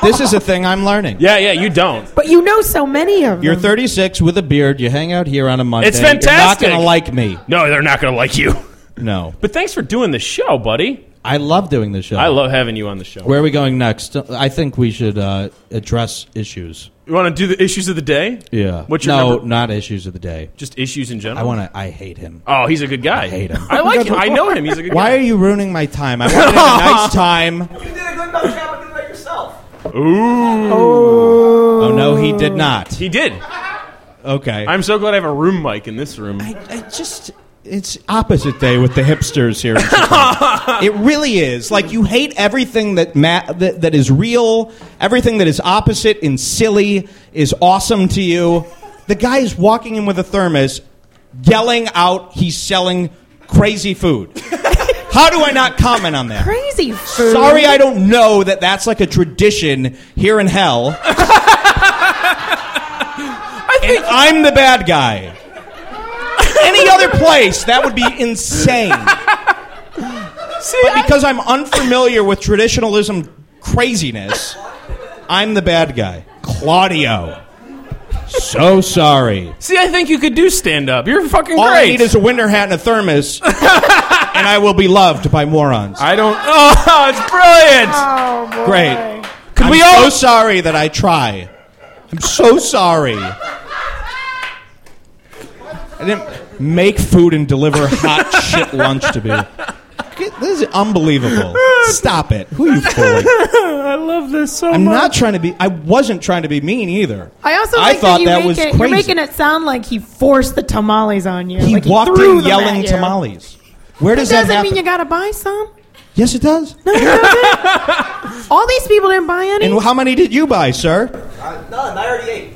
this is a thing I'm learning.
yeah, yeah. You don't.
But you know so many of them.
You're 36 with a beard. You hang out here on a Monday.
It's
You're not
fantastic.
gonna like me.
No, they're not gonna like you.
No,
But thanks for doing the show, buddy.
I love doing this show.
I love having you on the show.
Where are we going next? I think we should uh, address issues.
You want to do the issues of the day?
Yeah.
What's your
no,
number-
not issues of the day.
Just issues in general.
I want to. I hate him.
Oh, he's a good guy. I
hate him.
I like him. I know him. He's a good
Why are
guy.
you ruining my time? I wanted to have a nice time.
You did a good enough job of doing that yourself.
Oh no, he did not.
He did.
Okay.
I'm so glad I have a room mic in this room.
I, I just. It's opposite day with the hipsters here. in Chicago. it really is. Like you hate everything that, ma- that that is real, everything that is opposite and silly is awesome to you. The guy is walking in with a thermos, yelling out he's selling crazy food. How do I not comment on that?
crazy. Food.
Sorry, I don't know that that's like a tradition here in hell. and I'm the bad guy. Any other place, that would be insane. but because I'm unfamiliar with traditionalism craziness, I'm the bad guy. Claudio. So sorry.
See, I think you could do stand up. You're fucking
All I
great.
need is a winter hat and a thermos, and I will be loved by morons.
I don't. Oh, it's brilliant.
Oh, boy.
Great.
Could
I'm
we
so
all?
sorry that I try. I'm so sorry. I didn't make food and deliver hot shit lunch to me. This is unbelievable. Stop it. Who are you fooling?
I love this so
I'm not trying to be. I wasn't trying to be mean either.
I also
I
like
thought
that, you
that
make
was
it, You're
crazy.
making it sound like he forced the tamales on you.
He
like
walked
threw
in
them at
yelling
you.
tamales. Where does
It doesn't
that happen?
mean you gotta buy some.
yes, it does.
No, it doesn't. All these people didn't buy any.
And how many did you buy, sir?
I, none. Uh, I already ate.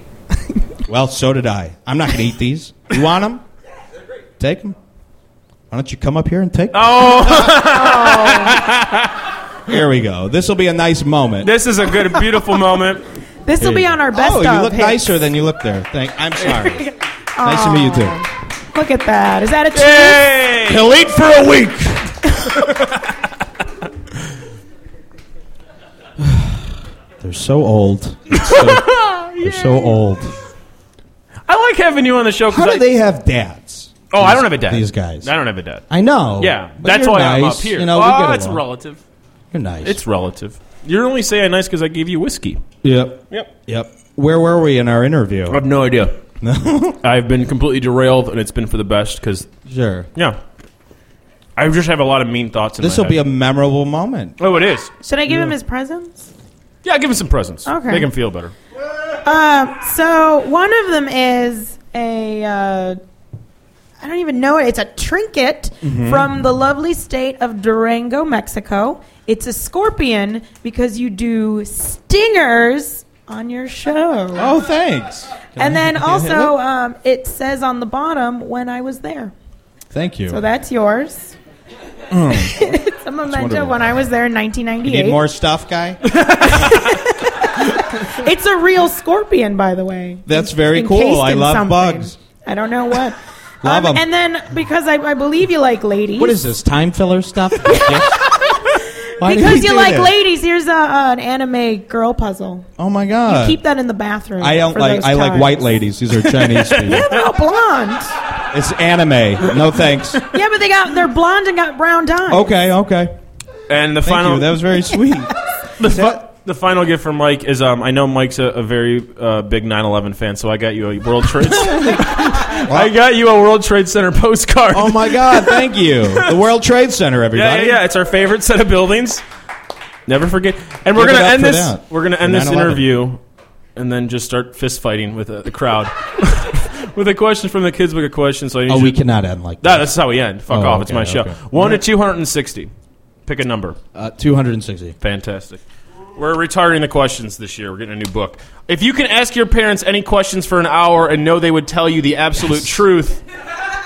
Well, so did I. I'm not going to eat these. You want them? Take them. Why don't you come up here and take? 'em?
Oh.
Here we go. This will be a nice moment.
This is a good, beautiful moment.
this will be on our best
oh,
of.
you look
hits.
nicer than you look there. Thank. I'm sorry. nice to meet you too.
Look at that. Is that a
Hey!
cheese?
He'll eat for a week. They're so old. So, they're so old.
I like having you on the show. 'cause
How
I,
do they have dads?
oh, I don't have a dad.
These guys.
I don't have a dad.
I know.
Yeah,
but
that's
you're
why I'm
nice.
up here.
You know, we
oh,
get
it's
along.
relative.
You're nice.
It's relative. You're only saying nice because I gave you whiskey.
yep.
Yep.
Yep. Where were we in our interview?
I have no idea. I've been completely derailed, and it's been for the best because
sure.
yeah, I just have a lot of mean thoughts. in
This
my
will be a
head.
memorable moment.
oh, it is.
Should I give him his presents?
Yeah, give him some presents.
Okay.
make him feel better.
Um, so one of them is a. Uh, I don't even know it. It's a trinket
Mm-hmm.
from the lovely state of Durango, Mexico. It's a scorpion because you do stingers on your show.
Oh, thanks.
and then also, um, it says on the bottom, when I was there.
Thank you.
So that's yours. it's a memento
Mm. wonderful.
when I was there in 1998.
Need more stuff, guy?
It's a real scorpion, by the way.
That's very
Encased
cool. I
in
love
something.
bugs.
I don't know what. Um,
Love 'em.
And then because I, I believe you like ladies.
What is this time filler stuff? Why did
Because
he
you
do
like
this?
ladies, here's a, uh, an anime girl puzzle.
Oh my
You
god!
keep that in the bathroom.
I don't
for
like.
those
I like
times.
white ladies. These are Chinese people.
They're all blonde.
It's anime. No thanks.
Yeah, but they got they're blonde and got brown dye.
Okay, okay.
And the
Thank
final
you. That was very sweet.
the,
Is
fi-
that-
The final gift from Mike is um, I know Mike's a, a very uh, big 9/11 fan, so I got you a World Trade. I got you a World Trade Center postcard.
Oh my God! Thank you. The World Trade Center,
yeah, yeah,
everybody.
yeah, it's our favorite set of buildings. Never forget. And we're
Give it
gonna
up
end
for
this.
that.
We're gonna end
For
this
9/11.
interview, and then just start fist fighting with uh, the crowd with a question from the kids book a question. So I need
Oh,
you
we cannot end like
No,
that.
that's how we end. Fuck
Oh,
off. It's
okay,
my show.
okay.
One to two hundred and sixty. Pick a number.
Uh, 260.
Fantastic. We're retarding the questions this year. We're getting a new book. If you can ask your parents any questions for an hour and know they would tell you the absolute truth,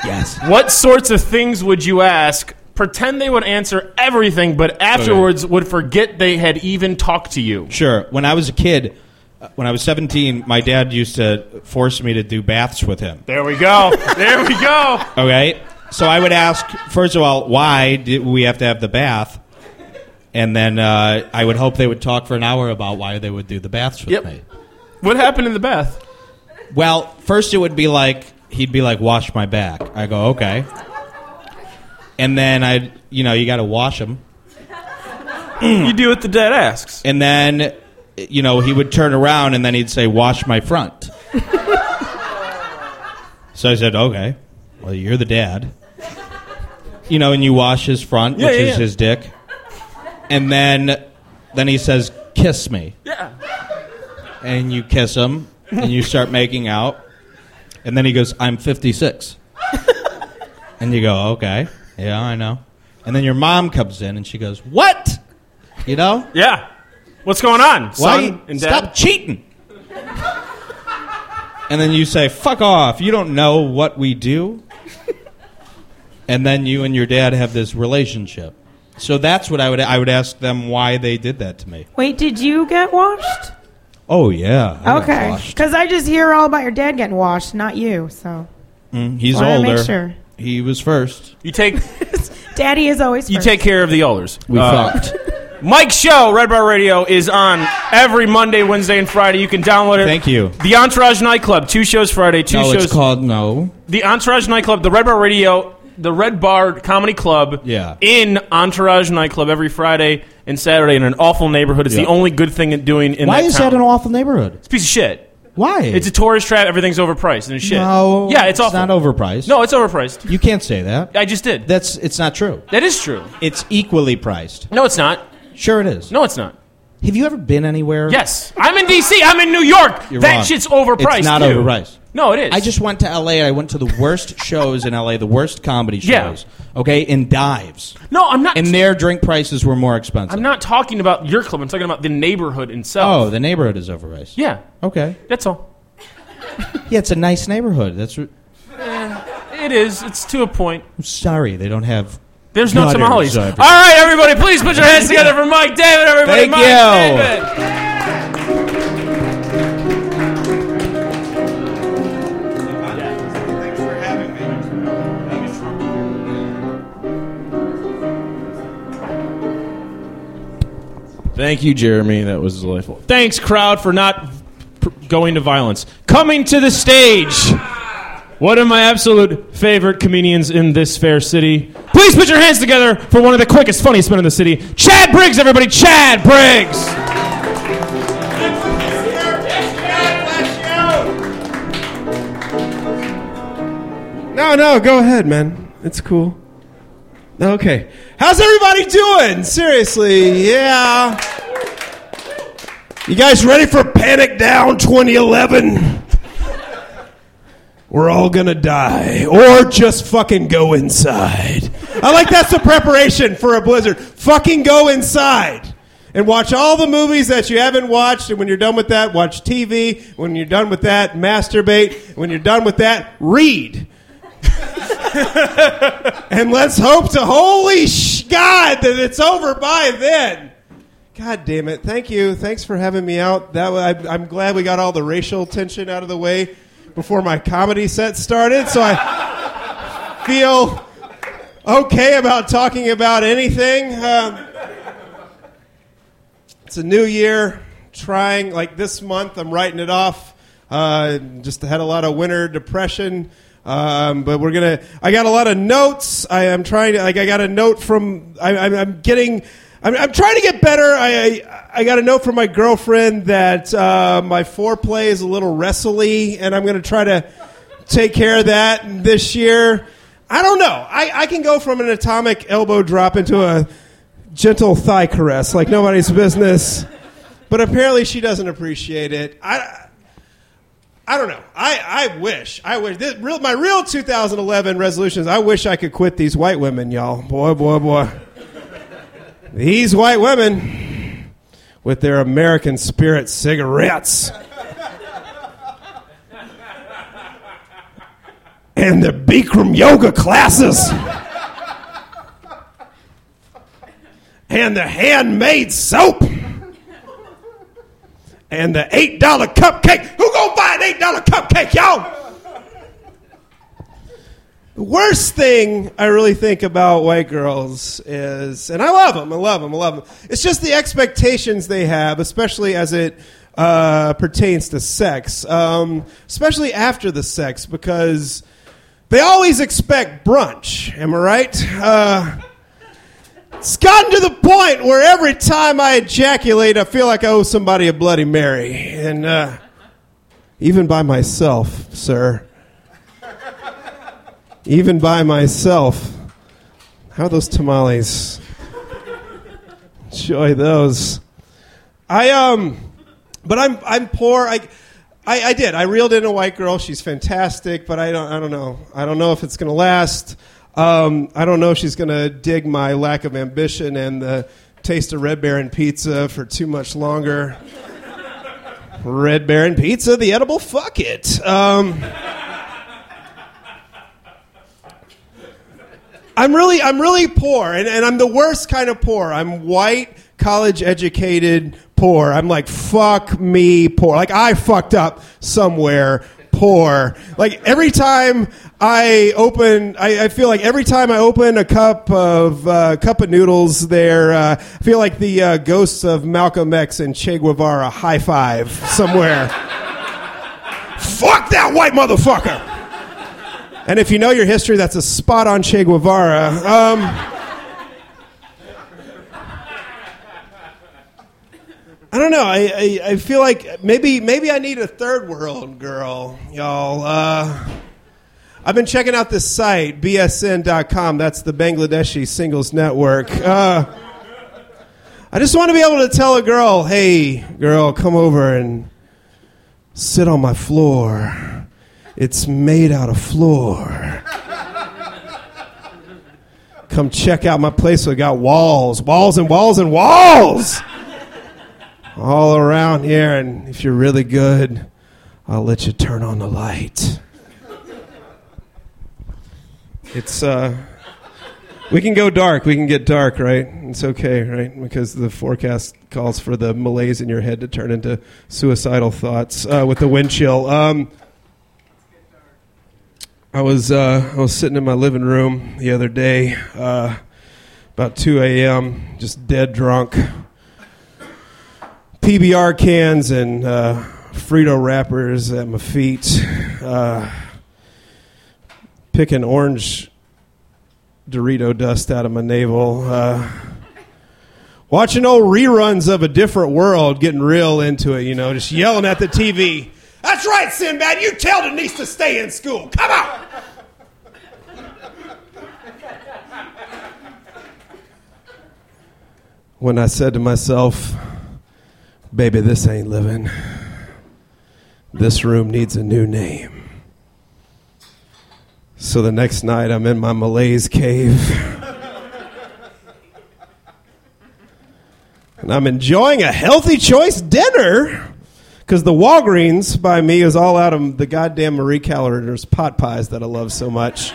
Yes.
what sorts of things would you ask? Pretend they would answer everything, but afterwards would forget they had even talked to you.
Sure. When I was a kid, uh, when I was 17, my dad used to force me to do baths with him.
There we go. there we go.
Okay. So I would ask, first of all, why did we have to have the bath? And then uh, I would hope they would talk for an hour about why they would do the baths with
Yep.
me.
What happened in the bath?
Well, first it would be like, he'd be like, wash my back. I go, okay. And then I'd, you know, you got to wash them.
You do what the dad asks.
And then, you know, he would turn around and then he'd say, Wash my front. so I said, Okay, well, you're the dad. You know, and you wash his front, which
yeah,
is
yeah.
his dick. And then, then he says, Kiss me. Yeah. And you kiss him and you start making out. And then he goes, I'm 56. and you go, Okay, yeah, I know. And then your mom comes in and she goes, What? You know?
Yeah. What's going on,
Why?
son and dad?
Stop cheating. and then you say, fuck off. You don't know what we do. and then you and your dad have this relationship. So that's what I would I would ask them why they did that to me.
Wait, did you get washed?
Oh yeah. I got
Okay,
flushed.
because I just hear all about your dad getting washed, not you. So
He's
Wanna
older.
make sure.
He was first.
You take
daddy is always
you
first.
take care of the elders.
We
Uh,
fucked.
Mike's show, Red Bar Radio, is on every Monday, Wednesday, and Friday. You can download it.
Thank you. Oh,
The Entourage Nightclub, two shows Friday, two
No,
shows.
it's called no.
the Entourage Nightclub, the Red Bar Radio, the Red Bar Comedy Club.
Yeah.
In Entourage Nightclub every Friday and Saturday in an awful neighborhood. It's
Yeah.
the only good thing at doing in
Why
that
is
town.
that an awful neighborhood?
It's a piece of shit.
Why?
It's a tourist trap. Everything's overpriced and shit.
No.
Yeah, it's, awful.
not overpriced.
No, it's overpriced.
You can't say that.
I just did.
That's it's not true.
that is true.
It's equally priced.
No, it's not.
Sure it is.
No, it's not.
Have you ever been anywhere?
Yes, I'm in D.C. I'm in New York.
You're
that
wrong.
shit's overpriced.
It's not
dude.
overpriced.
No, it is.
I just went to LA and I went to the worst shows in LA, the worst comedy shows.
Yeah.
Okay, in dives.
no. I'm not.
And their drink prices were more expensive.
I'm not talking about your club. I'm talking about the neighborhood itself.
Oh, the neighborhood is overpriced.
yeah.
Okay.
That's all.
Yeah, it's a nice neighborhood. That's re-
It is. It's to a point.
I'm sorry they don't have
There's no
Not
tamales. All
every-
right, everybody, please put your hands together for Mike David. Everybody,
Thank
Mike
you.
David.
Thank you, Jeremy. That was delightful. Thanks, crowd, for not pr- going to violence. Coming to the stage, one of my absolute favorite comedians in this fair city. Please put your hands together for one of the quickest, funniest men in the city, Chad Briggs, everybody. Chad Briggs.
No, no, go ahead, man. It's cool. Okay. How's everybody doing? Seriously, yeah. You guys ready for Panic Down 2011? We're all gonna die, or just fucking go inside. I like that's the preparation for a blizzard. Fucking go inside and watch all the movies that you haven't watched. And when you're done with that, watch TV. When you're done with that, masturbate. When you're done with that, read. And let's hope to holy sh- God that it's over by then. God damn it! Thank you. Thanks for having me out. That wa- I, I'm glad we got all the racial tension out of the way before my comedy set started. So I feel okay about talking about anything. Um, it's a new year. Trying like this month, I'm writing it off. Uh, just had a lot of winter depression, um, but we're gonna. I got a lot of notes. I am trying to like. I got a note from. I, I'm, I'm getting I'm, I'm trying to get better. I I, I got a note from my girlfriend that uh, my foreplay is a little wrestly, and I'm going to try to take care of that this year. I don't know. I, I can go from an atomic elbow drop into a gentle thigh caress like nobody's business, but apparently she doesn't appreciate it. I. I don't know. I, I wish. I wish. This, real, my real 2011 resolutions. I wish I could quit these white women, y'all. Boy, boy, boy. These white women with their American spirit cigarettes and their Bikram yoga classes and the handmade soap and the $8 cupcake. Who gonna buy an $8 cupcake, y'all? The worst thing I really think about white girls is, and I love them, I love them, I love them. It's just the expectations they have, especially as it uh, pertains to sex, um, especially after the sex, because they always expect brunch. Am I right? Uh, it's gotten to the point where every time I ejaculate, I feel like I owe somebody a Bloody Mary, and uh, even by myself, sir even by myself. How are those tamales? Enjoy those. I um, but I'm I'm poor. I, I I did. I reeled in a white girl. She's fantastic, but I don't I don't know. I don't know if it's gonna last. Um, I don't know if she's gonna dig my lack of ambition and the taste of Red Baron pizza for too much longer. Red Baron pizza, the edible fuck it. Um. I'm really I'm really poor and, and I'm the worst kind of poor. I'm white, college educated, poor. I'm like fuck me poor. Like I fucked up somewhere poor. Like every time I open I, I feel like every time I open a cup of uh, cup of noodles there uh, I feel like the uh, ghosts of Malcolm X and Che Guevara high five somewhere. fuck that white motherfucker. And if you know your history, that's a spot on Che Guevara. Um, I don't know. I, I, I feel like maybe maybe I need a third world girl, y'all. Uh, I've been checking out this site, bsn.com. That's the Bangladeshi Singles Network. Uh, I just want to be able to tell a girl, hey, girl, come over and sit on my floor. It's made out of floor. Come check out my place. I got walls, walls, and walls, and walls all around here. And if you're really good, I'll let you turn on the light. It's, uh, we can go dark. We can get dark, right? It's okay, right? Because the forecast calls for the malaise in your head to turn into suicidal thoughts uh, with the wind chill. Um, I was uh, I was sitting in my living room the other day, uh, about 2 a.m., just dead drunk. PBR cans and uh, Frito wrappers at my feet, uh, picking orange Dorito dust out of my navel. Uh, watching old reruns of A Different World, getting real into it, you know, just yelling at the TV. That's right, Sinbad, you tell Denise to stay in school. Come on! When I said to myself, baby, this ain't living. This room needs a new name. So the next night, I'm in my malaise cave. and I'm enjoying a healthy choice dinner because the Walgreens by me is all out of the goddamn Marie Callender's pot pies that I love so much.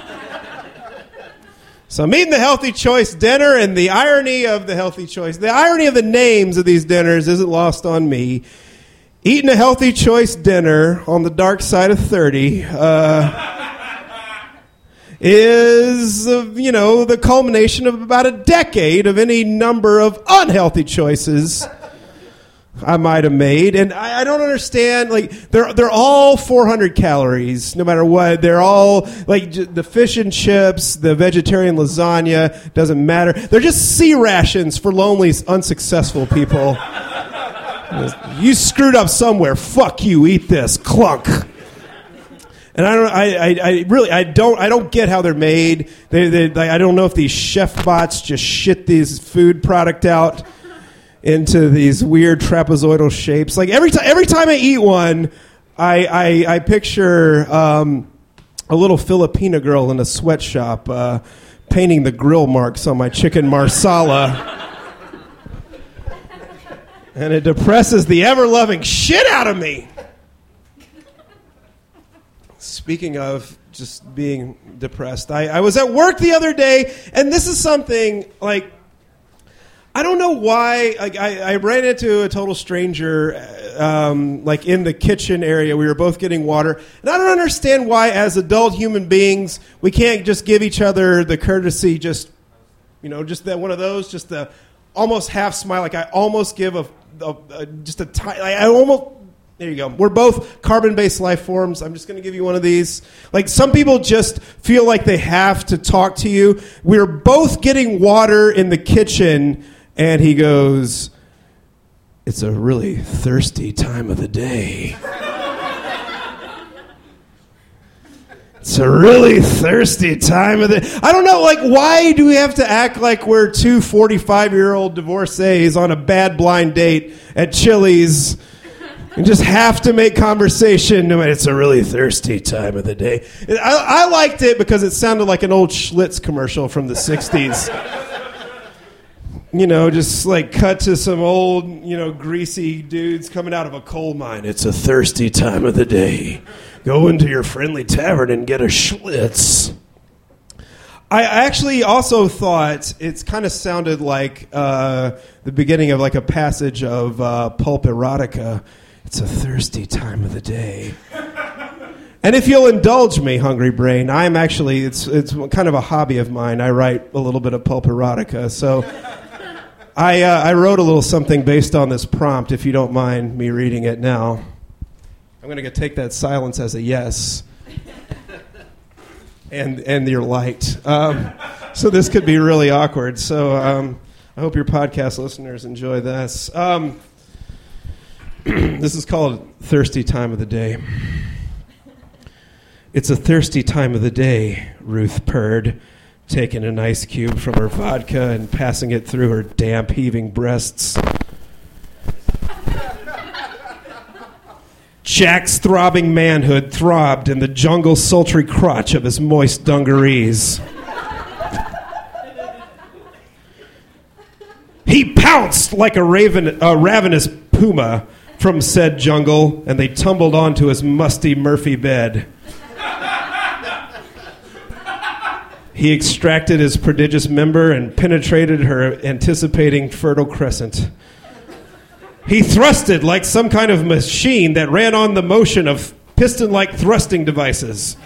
so I'm eating the healthy choice dinner, and the irony of the healthy choice, the irony of the names of these dinners isn't lost on me. Eating a healthy choice dinner on the dark side of 30. Uh, is uh, you know the culmination of about a decade of any number of unhealthy choices I might have made, and I, I don't understand. Like they're they're all 400 calories, no matter what. They're all like j- the fish and chips, the vegetarian lasagna doesn't matter. They're just sea rations for lonely, unsuccessful people. you screwed up somewhere. Fuck you. Eat this clunk. And I don't. I, I, I really. I don't. I don't get how they're made. They. they like, I don't know if these chef bots just shit these food product out into these weird trapezoidal shapes. Like every time. Every time I eat one, I I, I picture um, a little Filipina girl in a sweatshop uh, painting the grill marks on my chicken marsala. And it depresses the ever loving shit out of me. Speaking of just being depressed, I, I was at work the other day, and this is something like I don't know why. Like I, I ran into a total stranger, um, like in the kitchen area. We were both getting water, and I don't understand why, as adult human beings, we can't just give each other the courtesy, just you know, just that one of those, just the almost half smile. Like I almost give a, a, a just a ti- I I almost. There you go. We're both carbon-based life forms. I'm just going to give you one of these. Like some people just feel like they have to talk to you. We're both getting water in the kitchen, and he goes, "It's a really thirsty time of the day." It's a really thirsty time of the. I don't know, like, why do we have to act like we're two 45 year old divorcees on a bad blind date at Chili's and just have to make conversation? No matter, it's a really thirsty time of the day. And I, I liked it because it sounded like an old Schlitz commercial from the 60s. You know, just like cut to some old, you know, greasy dudes coming out of a coal mine. It's a thirsty time of the day go into your friendly tavern and get a schlitz. I actually also thought it's kind of sounded like uh, the beginning of like a passage of uh, pulp erotica. It's a thirsty time of the day. And if you'll indulge me, Hungry Brain, I'm actually, it's, it's kind of a hobby of mine. I write a little bit of pulp erotica. So I, uh, I wrote a little something based on this prompt, if you don't mind me reading it now. I'm going to take that silence as a yes. and and your light. Um, so this could be really awkward. So um, I hope your podcast listeners enjoy this. Um, this is called Thirsty Time of the Day. It's a thirsty time of the day, Ruth purred, taking an ice cube from her vodka and passing it through her damp, heaving breasts. Jack's throbbing manhood throbbed in the jungle sultry crotch of his moist dungarees. he pounced like a, raven, a ravenous puma from said jungle, and they tumbled onto his musty Murphy bed. he extracted his prodigious member and penetrated her anticipating fertile crescent. He thrusted like some kind of machine that ran on the motion of piston like thrusting devices.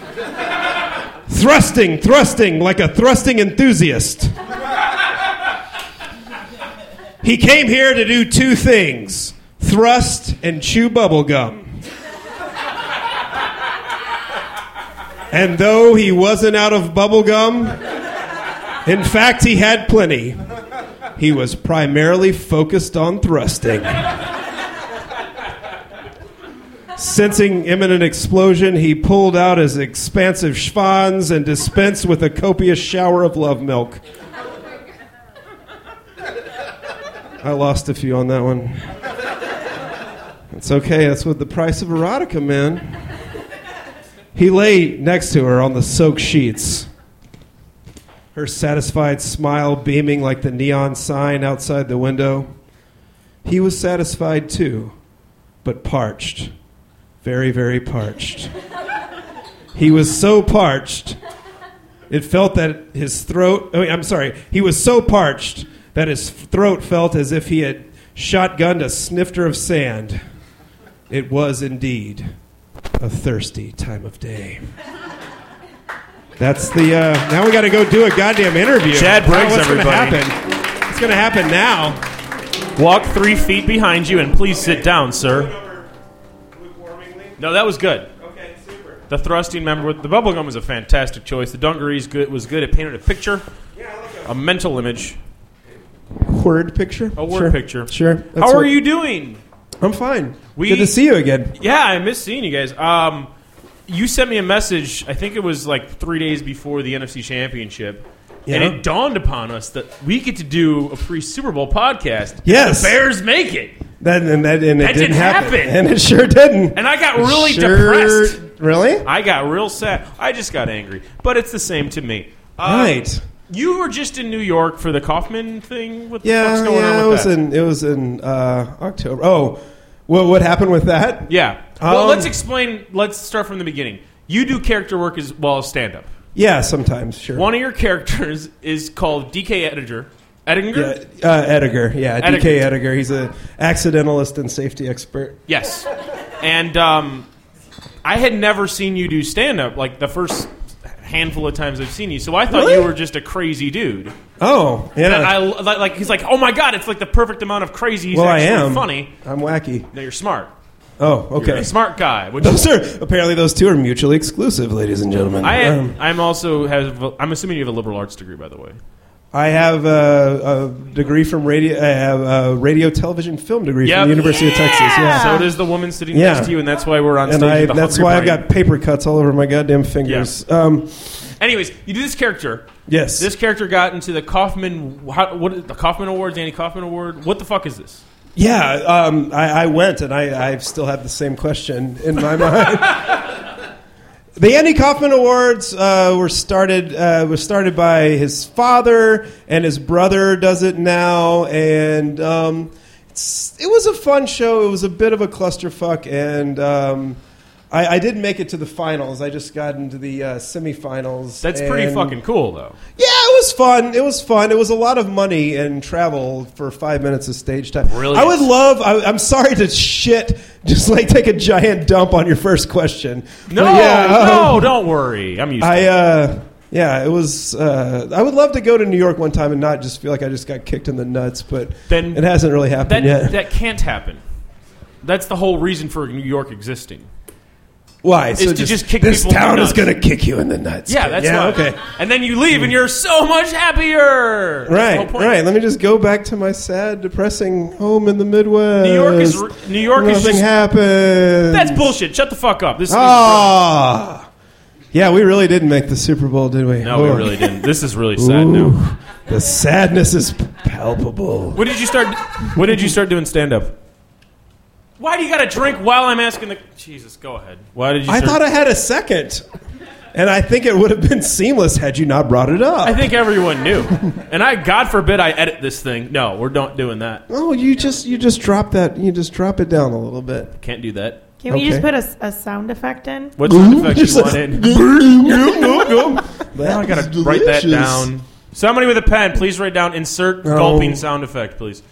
thrusting, thrusting like a thrusting enthusiast. he came here to do two things thrust and chew bubblegum. and though he wasn't out of bubblegum, in fact, he had plenty. He was primarily focused on thrusting. Sensing imminent explosion, he pulled out his expansive schwanz and dispensed with a copious shower of love milk. I lost a few on that one. It's okay, that's what the price of erotica, man. He lay next to her on the soaked sheets her satisfied smile beaming like the neon sign outside the window. He was satisfied too, but parched. Very, very parched. he was so parched, it felt that his throat. I mean, I'm sorry. He was so parched that his throat felt as if he had shotgunned a snifter of sand. It was indeed a thirsty time of day. That's the. Uh, now we got to go do a goddamn interview.
Chad Briggs,
What's gonna
everybody.
happen? It's going to happen now.
Walk three feet behind you and please sit down, sir. No, that was good.
Okay, super.
The thrusting member with the bubble gum was a fantastic choice. The dungarees good, was good. It painted a picture, a mental image,
Word picture.
a word
Sure.
picture.
Sure. That's
How are
what-
you doing?
I'm fine.
We-
Good to see you again.
Yeah, I miss seeing you guys. Um, you sent me a message. I think it was like three days before the NFC Championship, and
Yeah.
it dawned upon us that we get to do a pre Super Bowl podcast.
Yes.
the Bears make it,
That and that and
That
it didn't
didn't
happen.
happen.
and it sure didn't.
and I got really
Sure-
depressed.
Really?
I got real sad. I just got angry, but it's the same to me. Uh,
right.
You were just in New York for the Kaufman thing. What the fuck's
Yeah.
going
yeah.
on
it
with
was
that?
in it was in uh, October. Oh, what what happened with that?
yeah. Well,
Um,
let's explain. Let's start from the beginning. You do character work as well as stand up.
Yeah. Sometimes sure.
One of your characters is called DK Edinger.
Yeah,
Edinger?
uh, Ediger. Yeah, DK
Ediger.
Ediger. He's a accidentalist and safety expert.
Yes. And um, I had never seen you do stand up, like the first handful of times I've seen you. So I thought you
Really?
were just a crazy dude.
Oh, yeah.
And I like, like he's like, oh my god, it's like the perfect amount of crazy. He's
well, I
actually
am
funny.
I'm wacky.
No, you're smart.
Oh,
You're
okay.
a smart guy. Which
Those are apparently those two are mutually exclusive, ladies and gentlemen.
I
Um,
am, I'm also have. I'm assuming you have a liberal arts degree, by the way.
I have a, a degree from radio. I have a radio, television, film degree
Yep.
from the University of Texas. Yeah.
So does the woman sitting
Yeah.
next to you, and that's why we're on
and
stage.
I,
with the
that's
Hungry
why I've
Brain.
got paper cuts all over my goddamn fingers. Um,
Anyways, you do this character.
yes.
This character got into the Kaufman. How, what is- the Kaufman Awards? Andy Kaufman Award. What the fuck is this?
yeah. Um, I, I went, and I, I still have the same question in my mind. The Andy Kaufman Awards uh, were started uh, was started by his father, and his brother does it now, and um, it's, it was a fun show. It was a bit of a clusterfuck, and um, I, I did make it to the finals. I just got into the uh, semifinals.
That's pretty
and-
fucking cool, though.
Yeah, it was fun. It was fun. It was a lot of money and travel for five minutes of stage time.
Brilliant.
I would love. I, I'm sorry to shit. Just like take a giant dump on your first question.
No,
But yeah,
no,
um,
don't worry. I'm used. to
I
it.
uh, yeah, it was. Uh, I would love to go to New York one time and not just feel like I just got kicked in the nuts, but
Then-
it hasn't really happened
That
yet.
that can't happen. That's the whole reason for New York existing.
Why?
to just kick
this
people in the
town
nuts.
is going to kick you in the nuts.
Yeah,
kid.
that's
yeah.
why.
Okay.
And then you leave, and you're so much happier. That's the whole
Right,
point.
right. Let me just go back to my sad, depressing home in the Midwest.
New York is re- New York
Nothing
is just
happened.
that's bullshit. Shut the fuck up. This
Ah. Yeah, we really didn't make the Super Bowl, did we?
is no, we
Lord.
really didn't. This is really sad
Ooh,
now.
The sadness is palpable.
When did you start? When did you start doing stand up? Why do you got to drink while I'm asking the? Jesus, go ahead. Why did you?
I
start-
thought I had a second. And I think it would have been seamless had you not brought it up.
I think everyone knew, and I God forbid I edit this thing. No, we're not doing that.
Oh, you just you just drop that you just drop it down a little bit.
Can't do that.
Can we just
Okay.
put a, s- a sound effect in?
What sound effect
Mm-hmm. Just
you
like-
want in?
now
I gotta write that down. Somebody with a pen, please write down insert
No.
gulping sound effect, please.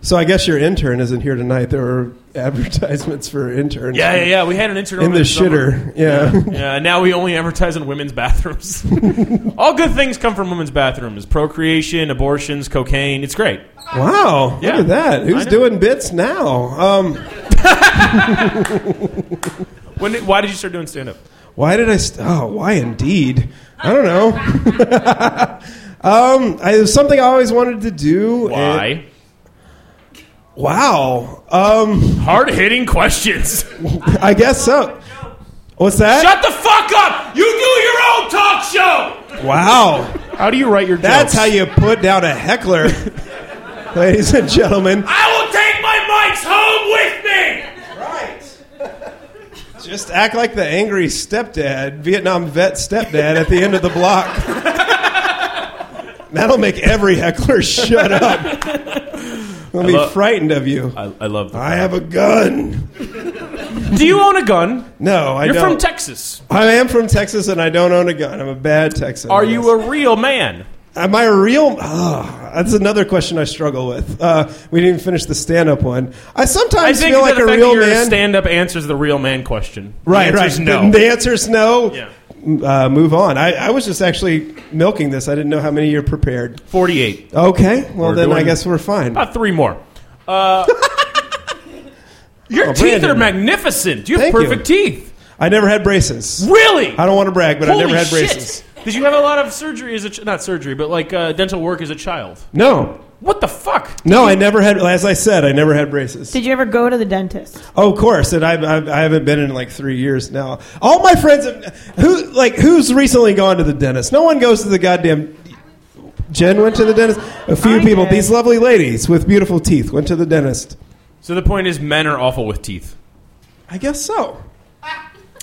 So I guess your intern isn't here tonight. There were advertisements for interns.
Yeah, yeah, yeah. We had an intern
In
over
the
summer.
shitter. Yeah.
Yeah, now we only advertise in women's bathrooms. All good things come from women's bathrooms: procreation, abortions, cocaine. It's great.
Wow.
Yeah.
Look at that.
I
Who's
know.
doing bits now? Um,
When? Did, why did you start doing stand up?
why did I. St- oh, why indeed? I don't know. um, I, it was something I always wanted to do. and-
Why?
wow. Um,
Hard hitting questions.
I guess so. What's that?
Shut the fuck up! You do your own talk show.
wow.
How do you write your?
That's how you put down a heckler, ladies and gentlemen.
I will take my mics home with me.
Just act like the angry stepdad, Vietnam vet stepdad at the end of the block. That'll make every heckler shut up. They'll be
love-
frightened of you.
I, I love that.
I have a gun.
Do you own a gun?
No, I
You're
don't.
from Texas.
I am from Texas, and I don't own a gun. I'm a bad Texan.
Are you a real man?
Am I a real? Ah, that's another question I struggle with. Uh, we didn't even finish the stand-up one. I
I
sometimes
think
feel
that
like
the
a
fact
real
that your
man.
stand up answers the real man question.
Right,
the answer's
right.
No.
The, the answer's no.
Yeah.
uh, move on. I, I was just actually milking this. I didn't know how many you're prepared.
48.
Okay, well
We're
then I
doing-
guess we're fine.
About three more. Uh, your
Oh,
teeth
Brandon.
are magnificent. You have
Thank you.
perfect teeth.
I never had braces.
Really?
I don't want to brag, but
Holy
I never had
shit.
braces.
Did you have a lot of surgery as a ch- not surgery, but like uh, dental work as a child?
No,
What the fuck?
no, I never had. As I said, I never had braces.
Did you ever go to the dentist?
Oh, of course, and I, I, I haven't been in like three years now. All my friends, have, who like who's recently gone to the dentist? No one goes to the goddamn. Jen went to the dentist. A few
I
people,
did.
these lovely ladies with beautiful teeth, went to the dentist.
So the point is, men are awful with teeth.
I guess so.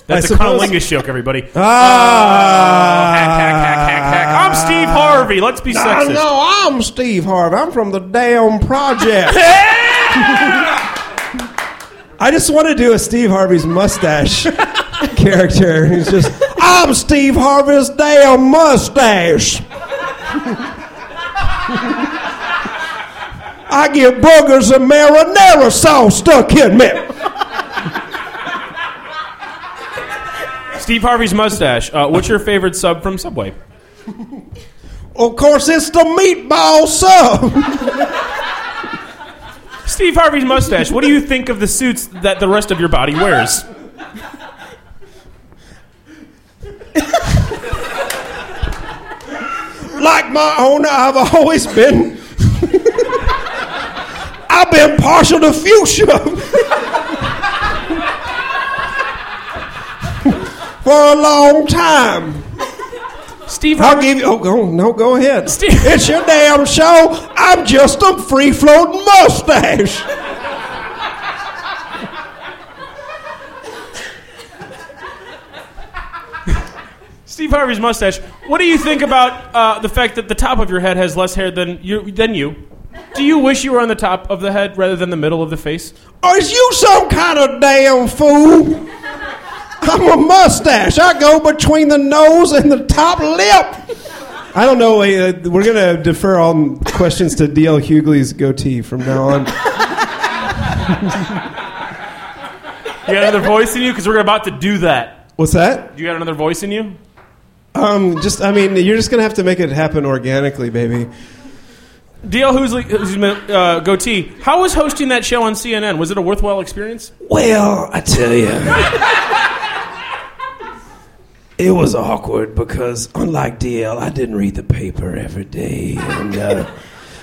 That's
I
a
suppose-
cunnilingus joke, everybody.
Ah,
hack, hack, hack, hack, hack. I'm Steve Harvey. Let's be
I
sexist.
know I'm Steve Harvey. I'm from the damn project. I just want to do a Steve Harvey's mustache character. He's just, I'm Steve Harvey's damn mustache. I get boogers and marinara sauce stuck in me.
Steve Harvey's mustache. Uh, what's your favorite sub from Subway?
Of course, it's the meatball sub.
Steve Harvey's mustache. What do you think of the suits that the rest of your body wears?
Like my owner, I've always been. I've been partial to fuchsia. for a long time.
Steve
I'll
Harvey.
give you. Oh, go, no, go ahead.
Steve-
It's your damn show. I'm just a free floating mustache.
Steve Harvey's mustache. What do you think about uh, the fact that the top of your head has less hair than you? Than you? Do you wish you were on the top of the head rather than the middle of the face?
Or Oh, is you some kind of damn fool? I'm a mustache. I go between the nose and the top lip. I don't know. Uh, we're going to defer all questions to D.L. Hughley's goatee from now on.
You got another voice in you because we're about to do that.
What's that?
You got another voice in you?
Um, just, I mean, you're just going to have to make it happen organically, baby.
DL Hughley, Hughley, uh, goatee. How was hosting that show on CNN? Was it a worthwhile experience?
Well, I tell you, it was awkward because, unlike DL, I didn't read the paper every day. And uh,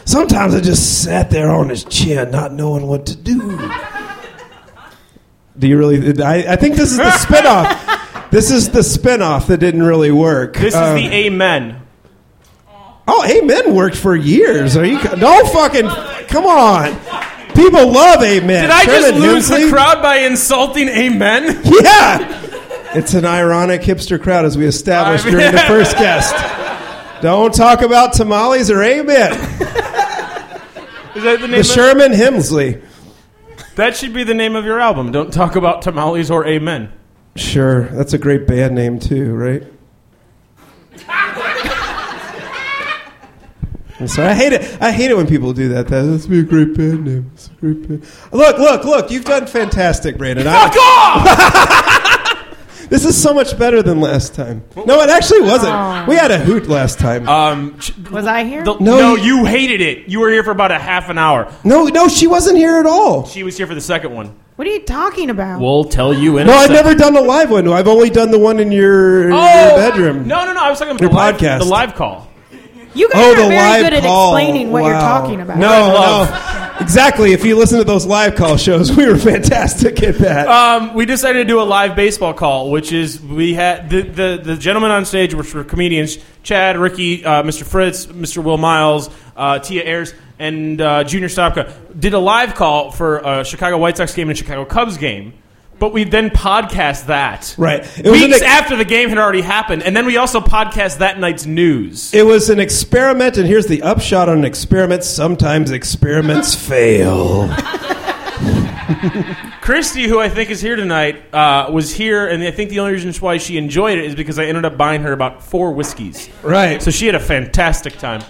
sometimes I just sat there on his chair not knowing what to do.
Do you really? I, I think this is the spinoff. this is the spinoff that didn't really work.
This
Um,
is the Amen.
oh, Amen worked for years. Are you? Don't fucking come on. People love Amen.
Did I just
Sherman
lose
Hemsley?
the crowd by insulting Amen?
Yeah. It's an ironic hipster crowd, as we established
I mean-
during the first guest. Don't talk about tamales or Amen.
Is that the name?
The
of-
Sherman Hemsley.
that should be the name of your album. Don't talk about tamales or Amen.
Sure, that's a great band name too, right? I'm sorry, I hate it. I hate it when people do that. That that's be a great band name. It's a great band. Look, look, look! You've done fantastic, Brandon. I-
Fuck off!
this is so much better than last time. No, it actually wasn't.
Oh.
We had a hoot last time.
um, ch-
Was I here?
the-
No,
no,
you-
you, hated it. You were here for about a half an hour.
no, no, she wasn't here at all.
She was here for the second one.
what are you talking about?
We'll tell you in.
No,
a
I've
sec-
never done a live one. I've only done the one in your, in
Oh,
your bedroom.
No, no, no. I was talking about
Your
the live,
podcast.
the live call.
you guys
Oh,
are
the
very
live
good at
call.
explaining what you're
Wow.
talking about.
No, no. Exactly. If you listen to those live call shows, we were fantastic at that.
Um, we decided to do a live baseball call, which is we had the, the, the gentlemen on stage, which were comedians Chad, Ricky, uh, Mr. Fritz, Mr. Will Miles, uh, Tia Ayers, and uh, Junior Stopka, did a live call for a Chicago White Sox game and a Chicago Cubs game. But we then podcast that
Right. It was an
weeks
ex-
after the game had already happened, and then we also podcast that night's news.
it was an experiment, and here's the upshot on an experiment. Sometimes experiments fail.
Christy, who I think is here tonight, uh, was here, and I think the only reason why she enjoyed it is because I ended up buying her about four whiskeys.
Right.
So she had a fantastic time.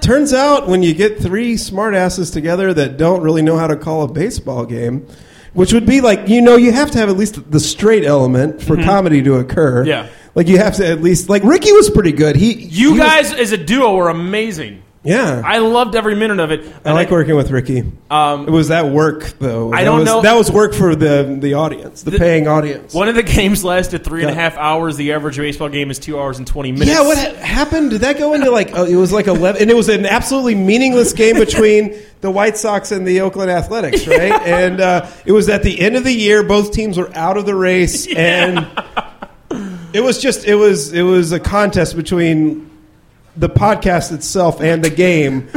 Turns out when you get three smartasses together that don't really know how to call a baseball game, which would be like, you know, you have to have at least the straight element for comedy to occur.
Mm-hmm. Yeah.
Like you have to at least like Ricky was pretty good. He
You
he was-
guys as a duo were amazing.
yeah.
I loved every minute of it.
I like working with Ricky.
Um,
it was that work though.
I
That
don't
was-
know-
That was work for the the audience, the, paying audience.
One of the games lasted three and a
Yeah.
half hours. The average baseball game is two hours and twenty minutes.
yeah, what ha- happened? Did that go into like oh, it was like eleven? And it was an absolutely meaningless game between the White Sox and the Oakland Athletics, right? And uh, it was at the end of the year. Both teams were out of the race, and it was just it was it was a contest between the podcast itself and the game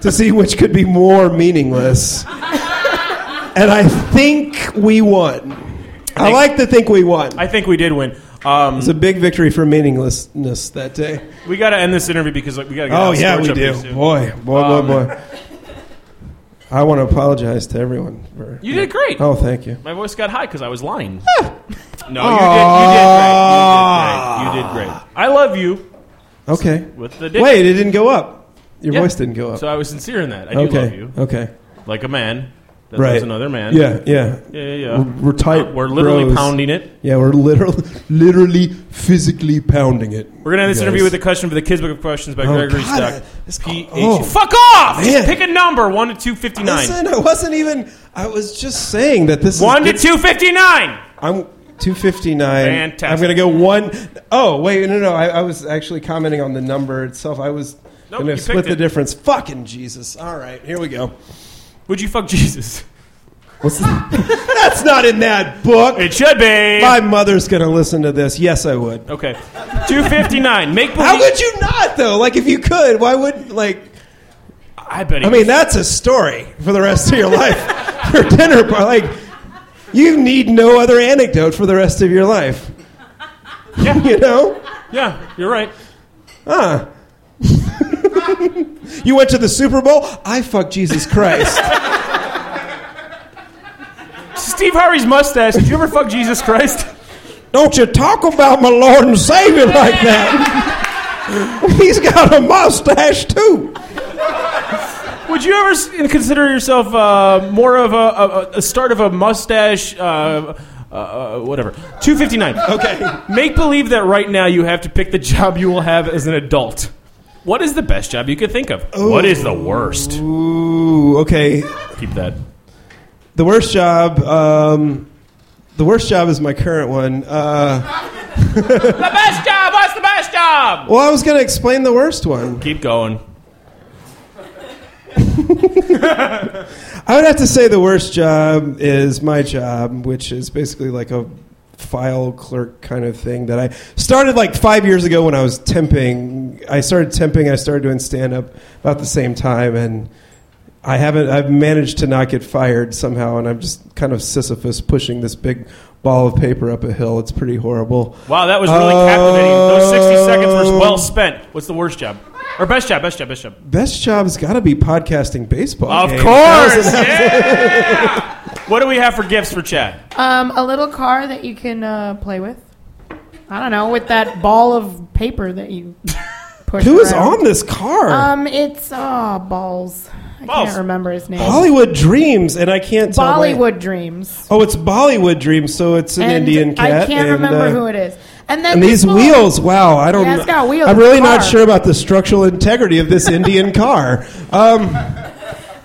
to see which could be more meaningless. And I think we won. I, like to think we won.
I think we did win. Um,
It's a big victory for meaninglessness that day.
we got to end this interview because like, we got to.
Oh yeah, we do. Boy, boy,
Um,
boy, boy. I want to apologize to everyone for.
You did great.
Oh, thank you.
My voice got high because I was lying. no, you did, you did great. You did great. You did great. I love you
Okay.
with the dick.
Wait, it didn't go up. Your
Yeah.
voice didn't go up.
So I was sincere in that. I do
okay.
love you
Okay.
like a man. That
Right.
loves another man.
Yeah. Yeah.
Yeah, yeah, yeah.
We're, we're tight.
We're literally
bros.
pounding it.
Yeah, we're literally, literally, physically pounding it.
We're gonna end this
Guys.
interview with a question for the Kids Book of Questions by
Oh,
Gregory
God,
Stuck.
it's
P H.
called- oh.
Fuck off! Just
Man.
pick a number one to two fifty nine.
Listen, I wasn't even. I was just saying that this
One
is.
to two fifty nine.
I'm 259.
Fantastic.
I'm going to go one oh wait, no, no. I, I was actually commenting on the number itself. I was
Nope,
going
you
to split
picked
the
it.
difference. Fucking Jesus. All right, here we go.
Would you fuck Jesus?
What's That's not in that book.
It should be.
My mother's going to listen to this. Yes, I would.
Okay, two fifty nine. Make believe.
How could you not, though? Like, if you could, why would, like,
I bet.
I mean, that's a story for the rest of your life. for dinner, par- like, you need no other anecdote for the rest of your life.
Yeah.
You know?
yeah, you're right.
Huh. you went to the Super Bowl? I fucked Jesus Christ.
Steve Harvey's mustache. Did you ever fuck Jesus Christ?
Don't you talk about my Lord and Savior like that. He's got a mustache too.
Would you ever s- consider yourself uh, more of a, a, a start of a mustache? Uh, uh, whatever. 259.
Okay.
Make believe that right now you have to pick the job you will have as an adult. What is the best job you could think of? What is the worst?
Ooh, okay.
Keep that.
The worst job, um, the worst job is my current one. Uh,
The best job! What's the best job?
well, I was going to explain the worst one.
Keep going.
I would have to say the worst job is my job, which is basically like a file clerk kind of thing that I started like five years ago when I was temping. I started temping, I started doing stand up about the same time, and I haven't, I've managed to not get fired somehow, and I'm just kind of Sisyphus pushing this big ball of paper up a hill. It's pretty horrible.
Wow, that was really captivating. Those 60 seconds were
Um,
well spent. What's the worst job? Or best job, best job, best job.
Best job's got to be podcasting baseball.
Of
games. That was
course!
an
Yeah! what do we have for gifts for Chad?
Um, a little car that you can uh, play with. I don't know, with that ball of paper that you push.
Who is
around.
on this car?
Um, it's oh balls. I
Balls.
can't remember his name.
Hollywood Dreams, and I can't tell. my-
Bollywood dreams.
Oh, it's Bollywood Dreams, so it's an
And
Indian cat.
I can't
and,
remember
uh,
who it is. And then
And
this
these
one-
wheels, wow! I don't.
Yeah, it's got wheels.
I'm really
It's a
not
car.
sure about the structural integrity of this Indian car. Um,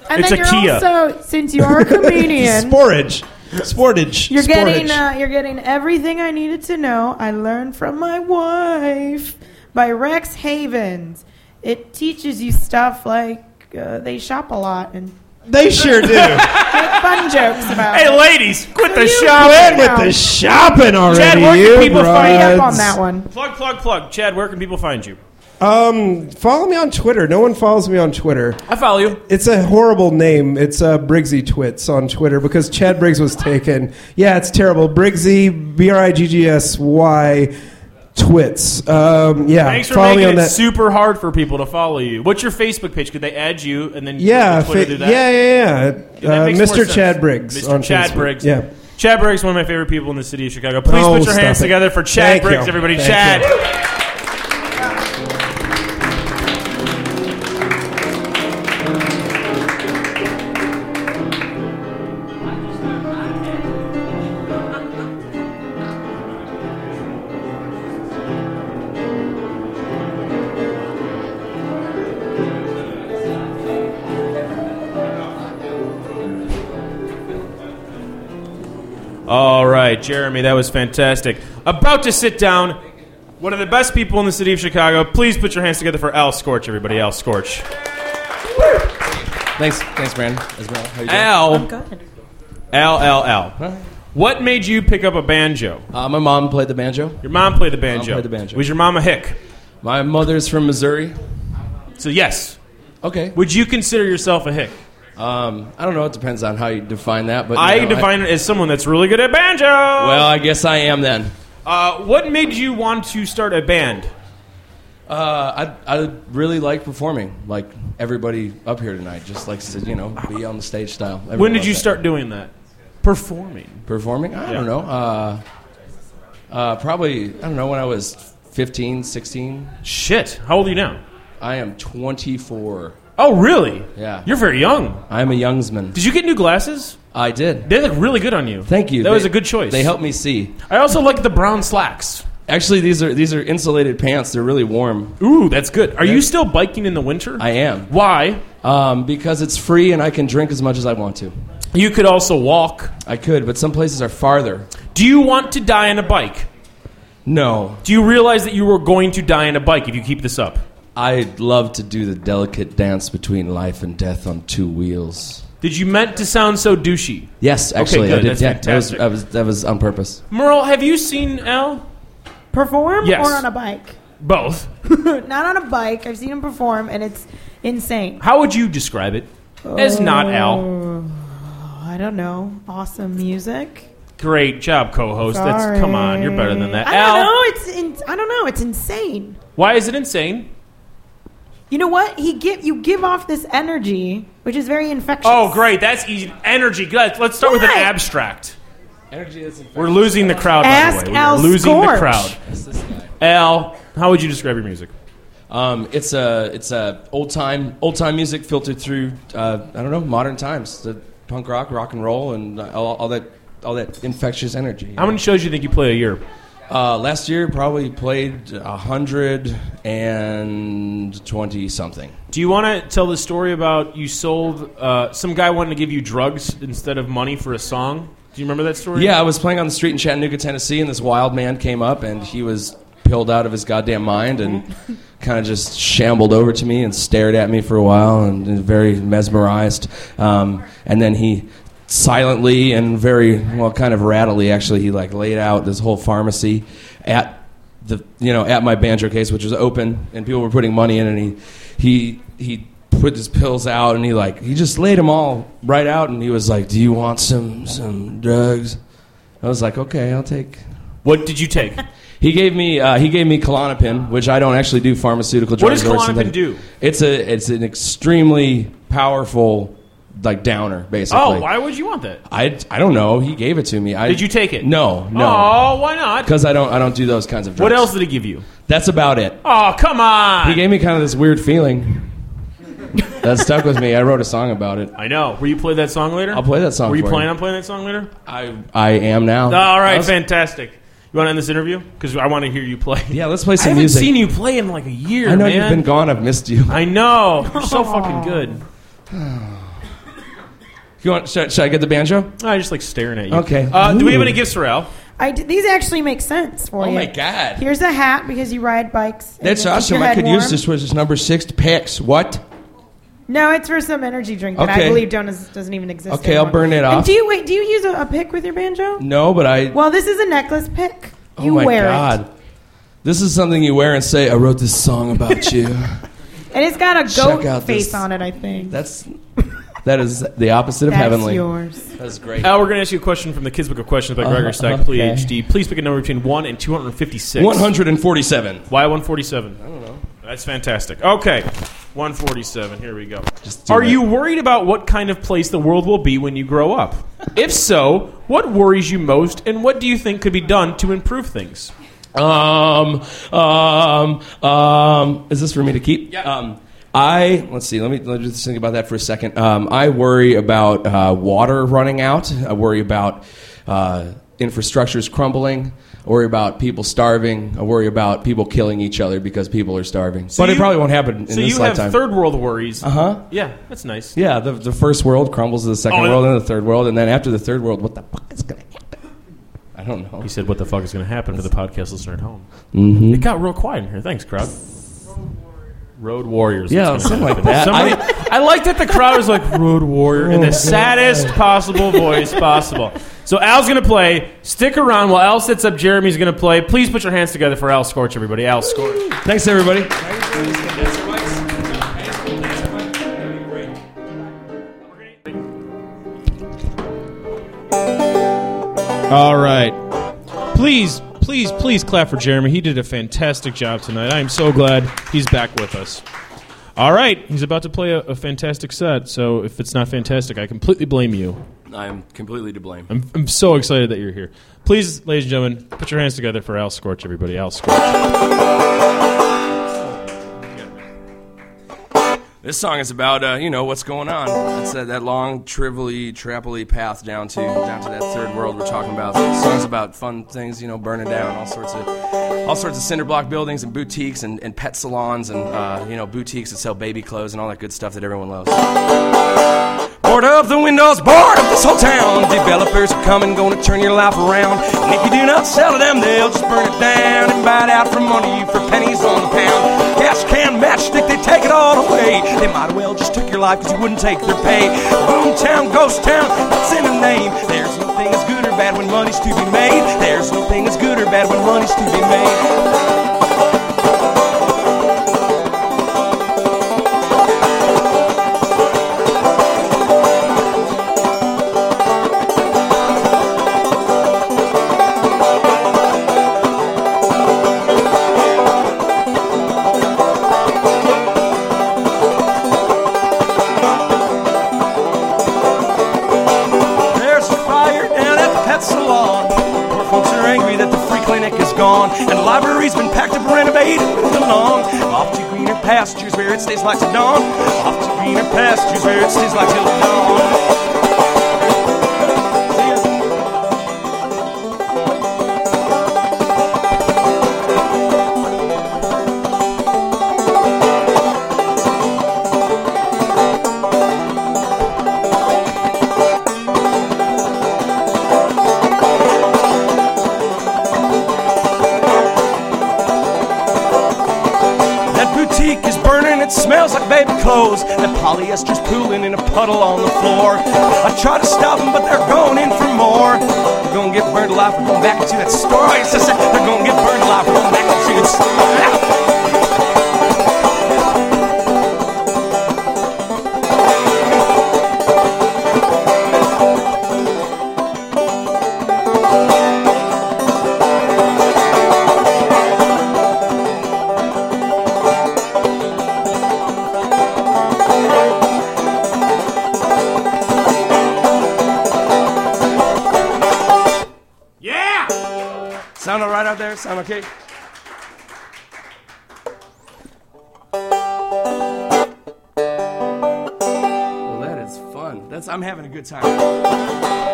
And
It's
then
a
you're
Kia.
also since you are a comedian,
sporage, sportage.
you're getting
sportage.
uh, you're getting everything I needed to know. I learned from my wife by Rex Havens. It teaches you stuff like uh, they shop a lot and
they sure do. Quit
make fun jokes about.
Hey,
it.
ladies, quit the
You
shop.
with the shopping already.
Chad, where can
you
people find
Read up on
broads.
that one.
Plug, plug, plug. Chad, where can people find you?
Um, follow me on Twitter. No one follows me on Twitter.
I follow you.
It's a horrible name. It's uh, Briggsy Twits on Twitter because Chad Briggs was taken. Yeah, it's terrible. Briggsy, B R I G G S Y, Twits. Um, yeah,
Thanks for
follow me
making
on
it
that.
super hard for people to follow you. What's your Facebook page? Could they add you and then
yeah,
Twitter
fa-
do
yeah,
that?
yeah, yeah.
That
Uh,
makes more
Mr.
sense.
Chad Briggs.
Mr.
on
Chad
Facebook.
Briggs.
Yeah.
Chad Briggs, one of my favorite people in the city of Chicago. Please
Oh,
put your
stop
hands
it.
together for Chad
Thank
Briggs,
you.
everybody.
Thank
Chad.
you.
All right, Jeremy, that was fantastic. About to sit down, one of the best people in the city of Chicago. Please put your hands together for Al Scorch, everybody. Al Scorch.
Thanks, thanks, Brandon. As well. How you
Oh,
doing?
Al,
Good.
Al, Al, Al. What made you pick up a banjo?
Uh, my mom played the banjo.
Your mom played the banjo.
played the banjo.
Was your mom a hick?
My mother's from Missouri.
So yes.
Okay.
Would you consider yourself a hick?
Um, I don't know. It depends on how you define that, but
I
you know,
define it as someone that's really good at banjo.
well, I guess I am then.
uh, what made you want to start a band?
Uh, I I really like performing, like everybody up here tonight. Just likes to you know be on the stage style. Everyone
When did
loves
you
that.
start doing that? Performing.
performing? I don't know. Uh, uh, probably I don't know when I was 15, 16.
Shit. How old are you now?
I am 24.
Oh, really?
Yeah.
You're very young.
I am a youngsman.
Did you get new glasses?
I did.
They look really good on you.
Thank you.
That
They-
was a good choice.
They helped me see.
I also like the brown slacks.
Actually, these are these are insulated pants. They're really warm.
Ooh, that's good. Are you still biking in the winter?
I am
Why?
um, because it's free and I can drink as much as I want to.
You could also walk.
I could, but some places are farther.
Do you want to die on a bike?
No,
Do you realize that you are going to die on a bike if you keep this up?
I'd love to do the delicate dance between life and death on two wheels.
Did you meant to sound so douchey?
Yes, actually,
good.
I did.
That's
yeah, that was,
fantastic.
I was that was on purpose.
Merle, have you seen Al?
Perform
Yes.
or on a bike?
Both.
Not on a bike. I've seen him perform, and it's insane.
How would you describe it? As
Oh.
not Al.
I don't know. Awesome music.
Great job, co-host. That's come on, you're better than that.
I
Al,
don't know. It's in, I don't know. It's insane.
why is it insane?
You know what? He give you give off this energy, which is very infectious.
Oh, great. That's easy. Energy. Guys, let's start with an
Why?
abstract. We're losing the crowd, by
Ask
the way.
Al
We're losing the
Scorch.
crowd. Al, how would you describe your music?
Um, it's a it's a old time old time music filtered through uh, I don't know modern times the punk rock rock and roll and uh, all, all that all that infectious energy.
How many shows do you think you play a year?
Uh, last year probably played a hundred and twenty something.
Do you want to tell the story about you sold uh, some guy wanted to give you drugs instead of money for a song? Do you remember that story?
Yeah, I was playing on the street in Chattanooga, Tennessee, and this wild man came up and he was pilled out of his goddamn mind and kind of just shambled over to me and stared at me for a while and and very mesmerized. Um, and then he silently and very well, kind of rattly, actually, he like laid out this whole pharmacy at the you know at my banjo case, which was open, and people were putting money in, and he he he put his pills out, and he like he just laid them all right out, and he was like, "Do you want some some drugs?" I was like, "Okay, I'll take."
What did you take?
He gave me uh, he gave me Klonopin, which I don't actually do pharmaceutical
What does
drugs. or something.
Klonopin do?
It's a it's an extremely powerful like downer, basically.
oh, why would you want that?
I, I don't know. He gave it to me. I,
Did you take it?
No, no.
Oh, why not?
Because I don't I don't do those kinds of drugs.
What else did he give you?
That's about it.
Oh, come on.
He gave me kind of this weird feeling that stuck with me. I wrote a song about it.
I know. Will you play that song later?
I'll play that song
Were you
for
planning
you.
on playing that song later?
I I am now.
All right,
Let's-
fantastic. You want to end this interview? Because I want to hear you play.
Yeah, let's play
I
some
haven't
music.
seen you play in like a year.
I know
man.
you've been gone. I've missed you.
I know. You're so fucking good.
you want, should, should I get the banjo?
I just like staring at you.
Okay.
Uh, do we have
Ooh.
any gifts for Al?
I d- these actually make sense for
Oh
you.
my God.
Here's a hat because you ride bikes. and
That's
they keep
awesome.
your
I
head
could use
warm.
this. Was this number six picks? What?
No, it's for some energy drink that
Okay.
I believe donuts doesn't even exist.
Okay, I'll
anymore.
burn it
And
off.
do you wait? Do you use a, a pick with your banjo?
No, but I.
Well, this is a necklace pick.
oh
You
my
wear
god. This is something you wear and say. I wrote this song about you.
it, and it's got a
Check
goat
out
face
this-
on it. I think
That's that is the opposite of
That's
heavenly.
yours.
That's great.
Al, Uh, we're going to ask you a question from the Kids Book of Questions by Gregory Stack,
Uh-huh, okay.
PhD. Please pick a number between 1 and 256.
147.
Why 147? I don't know. That's fantastic. Okay, 147. Here we go.
do
Are
it.
you worried about what kind of place the world will be when you grow up? if so, what worries you most, and what do you think could be done to improve things?
Um, um, um, is this for me to keep? Yeah. Um, I let's see. Let me let me just think about that for a second. Um, I worry about uh, water running out. I worry about uh, infrastructures crumbling. I worry about people starving. I worry about people killing each other because people are starving. but
you-
it probably won't happen in
so
this
you
lifetime. Uh-huh.
have third world worries. Uh
Huh?
Yeah, that's nice.
Yeah, the, the first world crumbles to the second
Oh, yeah.
world and the third world, and then after the third world, what the fuck is going to happen?
I don't know.
He said, "What the fuck is going to happen for the podcast listener at home?"
Mhm.
It got real quiet in here. Thanks, crowd. Road Warriors.
Yeah,
That's
something
gonna
like that.
happen. Somebody- I, like that the crowd is like Road Warrior in
Oh,
the saddest possible voice possible. So Al's going to play. Stick around while Al sets up. Jeremy's going to play. Please put your hands together for Al Scorch, everybody. Al Scorch.
Thanks, everybody.
All right. Please, please, please clap for Jeremy. He did a fantastic job tonight. I am so glad he's back with us. All right, he's about to play a, a fantastic set, so if it's not fantastic, I completely blame you.
I am completely to blame.
I'm, I'm so excited that you're here. Please, ladies and gentlemen, put your hands together for Al Scorch, everybody. Al Scorch.
This song is about uh, you know what's going on. It's uh, that, that long, trivially, trappily path down to down to that third world we're talking about. This song's about fun things, you know, burning down all sorts of all sorts of cinder block buildings and boutiques and, and pet salons and uh, you know boutiques that sell baby clothes and all that good stuff that everyone loves. Board up the windows, board up this whole town. Developers are coming, gonna turn your life around. And if you do not sell to them, they'll just burn it down and buy it out from under you for pennies on the pound. Cash can matchstick, they take it all away. They might as well just took your life because you wouldn't take their pay. Boomtown, ghost town, that's in the name. There's no thing as good or bad when money's to be made. There's no thing as good or bad when money's to be made. There's a fire down at the pet salon. Poor folks are angry that the free clinic is gone. And the library's been packed up, renovated, moved along. Off to greener pastures where it stays like to dawn. Off to greener pastures where it stays like till dawn. That boutique is burning, it smells like baby clothes. That polyester's pooling in a puddle on the floor. I try to stop them, but they're going in for more. They're gonna get burned alive, we're going back into that store. Yes, I said, they're gonna get burned alive, we're going back into that store. Sound all right out there? Sound okay? Well, that is fun. That's I'm having a good time.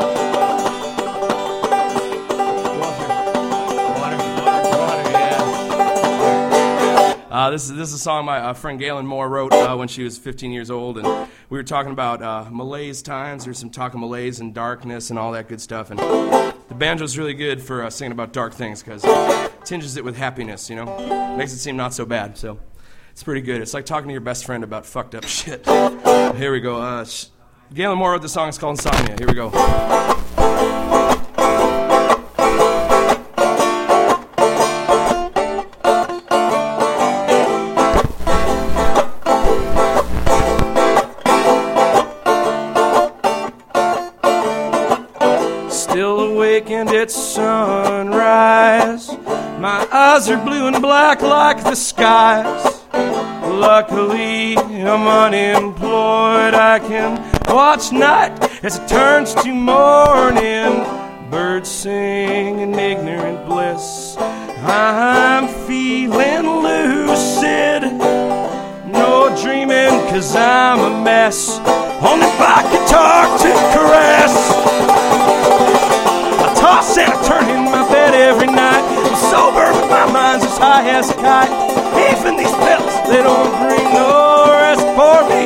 Uh, this is this is a song my uh, friend Galen Moore wrote uh, when she was 15 years old, and we were talking about uh, malaise times. There's some talk of malaise and darkness and all that good stuff. And the banjo's really good for uh, singing about dark things because tinges it with happiness. You know, makes it seem not so bad. So it's pretty good. It's like talking to your best friend about fucked up shit. Here we go. Uh, sh- Galen Moore wrote the song. It's called Insomnia. Here we go. Still awake and it's sunrise. My eyes are blue and black like the skies. Luckily, I'm unemployed. I can watch night as it turns to morning. Birds sing in ignorant bliss. I'm feeling lucid. No dreaming, cause I'm a mess. Only by guitar to caress. I toss and I turn in my bed every night. I'm sober, but my mind's as high as a kite. Even these pills, they don't bring no rest for me.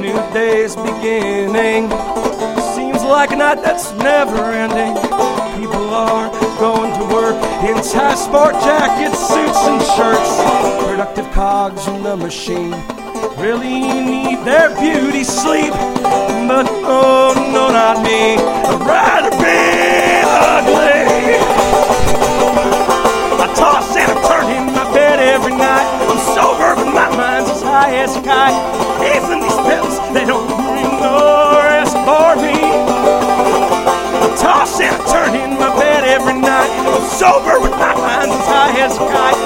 New
beginning. Seems like a night that's never ending. People are going to work in tight sport jackets, suits, and shirts. Productive cogs in the machine really need their beauty sleep. But oh, no, not me. I'd rather be ugly. I toss and I turn in my bed every night. I'm sober, but my mind's as high as a kite. Even these pills, they don't bring no rest for me. I toss and I turn in my bed every night. I'm sober, but my mind's as high as a kite.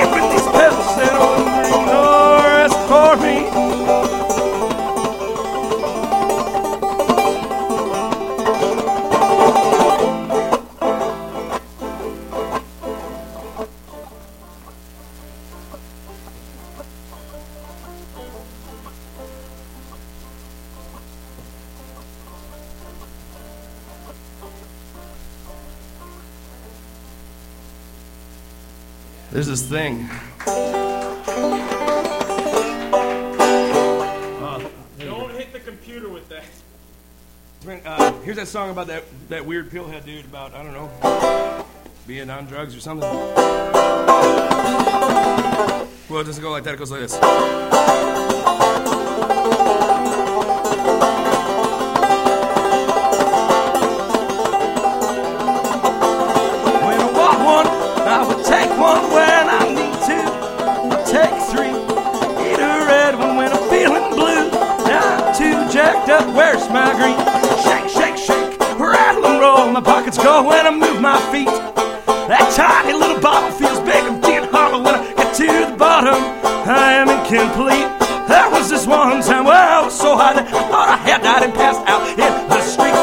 Even these pills, they don't bring no rest for me.
There's this thing.
Don't hit the computer with that.
Man, uh, here's that song about that, that weird pillhead dude about, I don't know, being on drugs or something. Well, it doesn't go like that, it goes like this. When I want one, I would take one when I need to. I take three, eat a red one when I'm feeling blue. Now I'm too jacked up, where's my green? Shake, shake, shake, rattle and roll. My pockets go when I move my feet. That tiny little bottle feels big. I'm getting harder when I get to the bottom. I am incomplete. There was this one time where I was so high that I thought I had died and passed out in the street.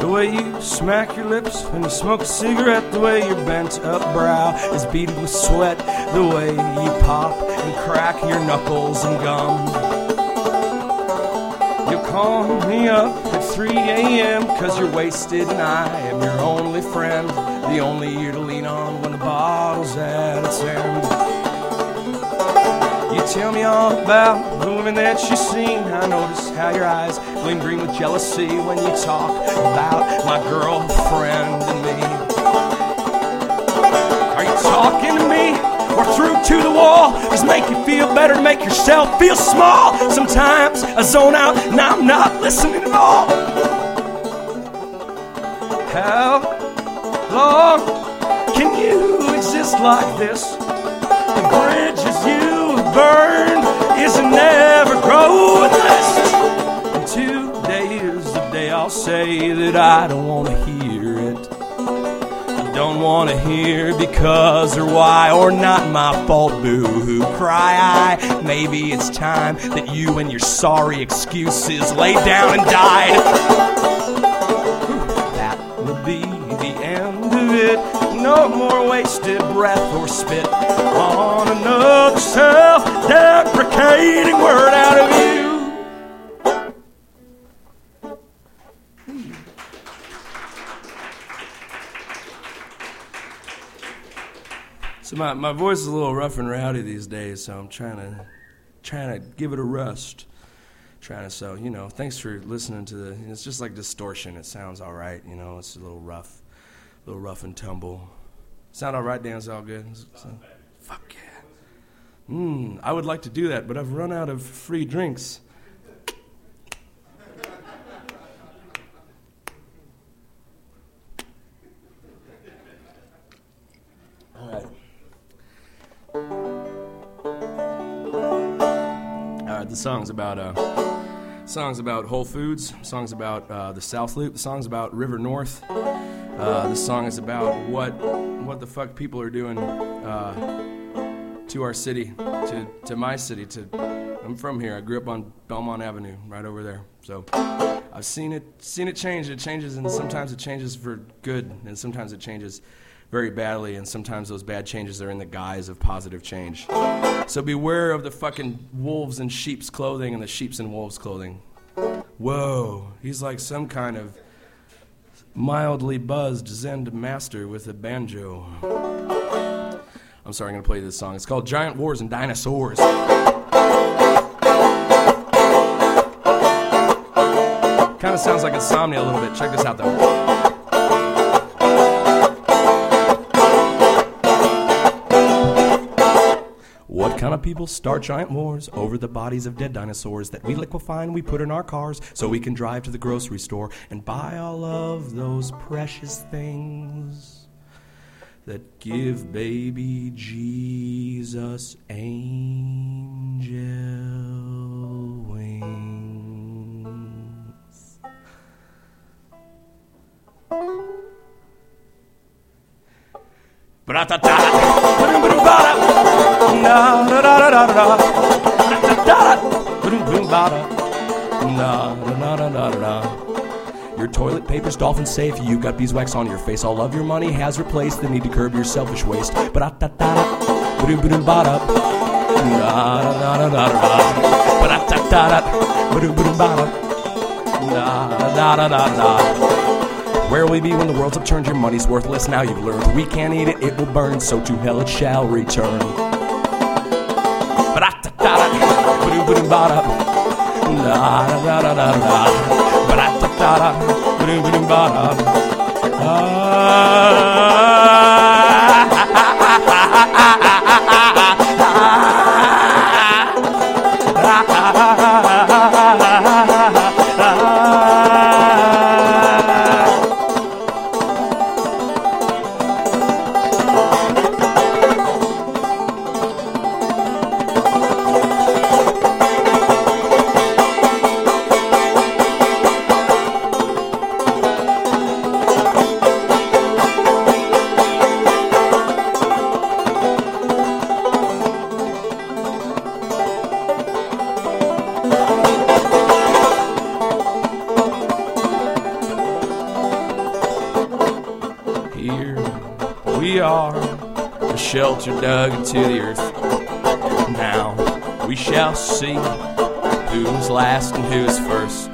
The way you smack your lips when you smoke a cigarette, the way your bent up brow is beaded with sweat, the way you pop and crack your knuckles and gum. You call me up at 3 a.m. cause you're wasted and I am your only friend, the only ear to lean on when the bottle's at its end. You tell me all about the women that you've seen. I notice how your eyes gleam green with jealousy when you talk about my girlfriend and me. Are you talking to me or through to the wall? Just make you feel better to make yourself feel small. Sometimes I zone out and I'm not listening at all. How long can you exist like this? The bridges you have burned is never growing less. And today is the day I'll say that I don't want to hear it. I don't want to hear because or why or not my fault, boo hoo cry. I maybe it's time that you and your sorry excuses lay down and died. That would be the end of it. No more wasted breath or spit on another self deprecating word out of you.
So my, my voice is a little rough and rowdy these days, so I'm trying to trying to give it a rest. Trying to so you know, thanks for listening to the. It's just like distortion. It sounds all right, you know. It's a little rough, a little rough and tumble. Sound all right, Dan? It's all good. So- fuck yeah. Mm, I would like to do that, but I've run out of free drinks. All right.
The song's about uh, songs about Whole Foods. Songs about uh, the South Loop. The song's about River North. Uh, the song is about what what the fuck people are doing uh, to our city, to to my city. To I'm from here. I grew up on Belmont Avenue, right over there. So I've seen it seen it change. It changes, and sometimes it changes for good, and sometimes it changes very badly, and sometimes those bad changes are in the guise of positive change. So beware of the fucking wolves in sheep's clothing and the sheep's in wolves' clothing. Whoa, he's like some kind of mildly buzzed Zen master with a banjo. I'm sorry, I'm gonna play this song. It's called Giant Wars and Dinosaurs. Kind of sounds like insomnia a little bit. Check this out though. What kind of people start giant wars over the bodies of dead dinosaurs that we liquefy and we put in our cars so we can drive to the grocery store and buy all of those precious things that give baby Jesus angel wings? Your toilet paper's dolphin safe. You got beeswax on your face. All of your money has replaced the need to curb your selfish waste. Where will we be when the world's upturned? Your money's worthless now. You've learned we can't eat it. It will burn. So to hell it shall return. Here we are, a shelter dug into the earth. Now we shall see who's last and who's first.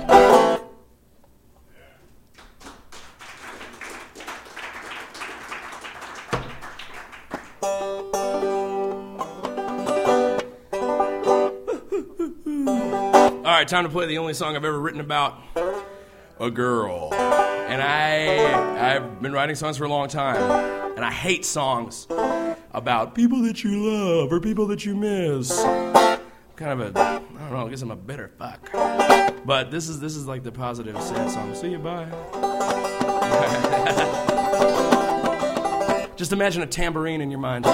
All right, time to play the only song I've ever written about a girl. And I I've been writing songs for a long time, and I hate songs about people that you love or people that you miss. Kind of a I don't know. I guess I'm a bitter fuck. But this is this is like the positive sad song. See you bye. Just imagine a tambourine in your mind.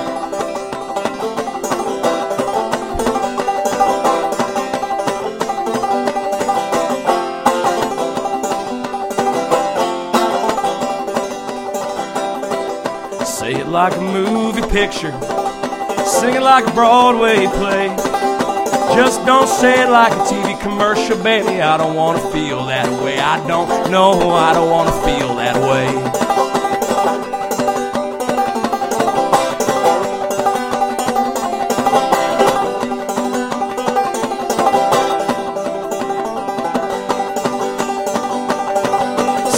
Say it like a movie picture. Sing it like a Broadway play. Just don't say it like a TV commercial, baby. I don't wanna feel that way. I don't know, I don't wanna feel that way.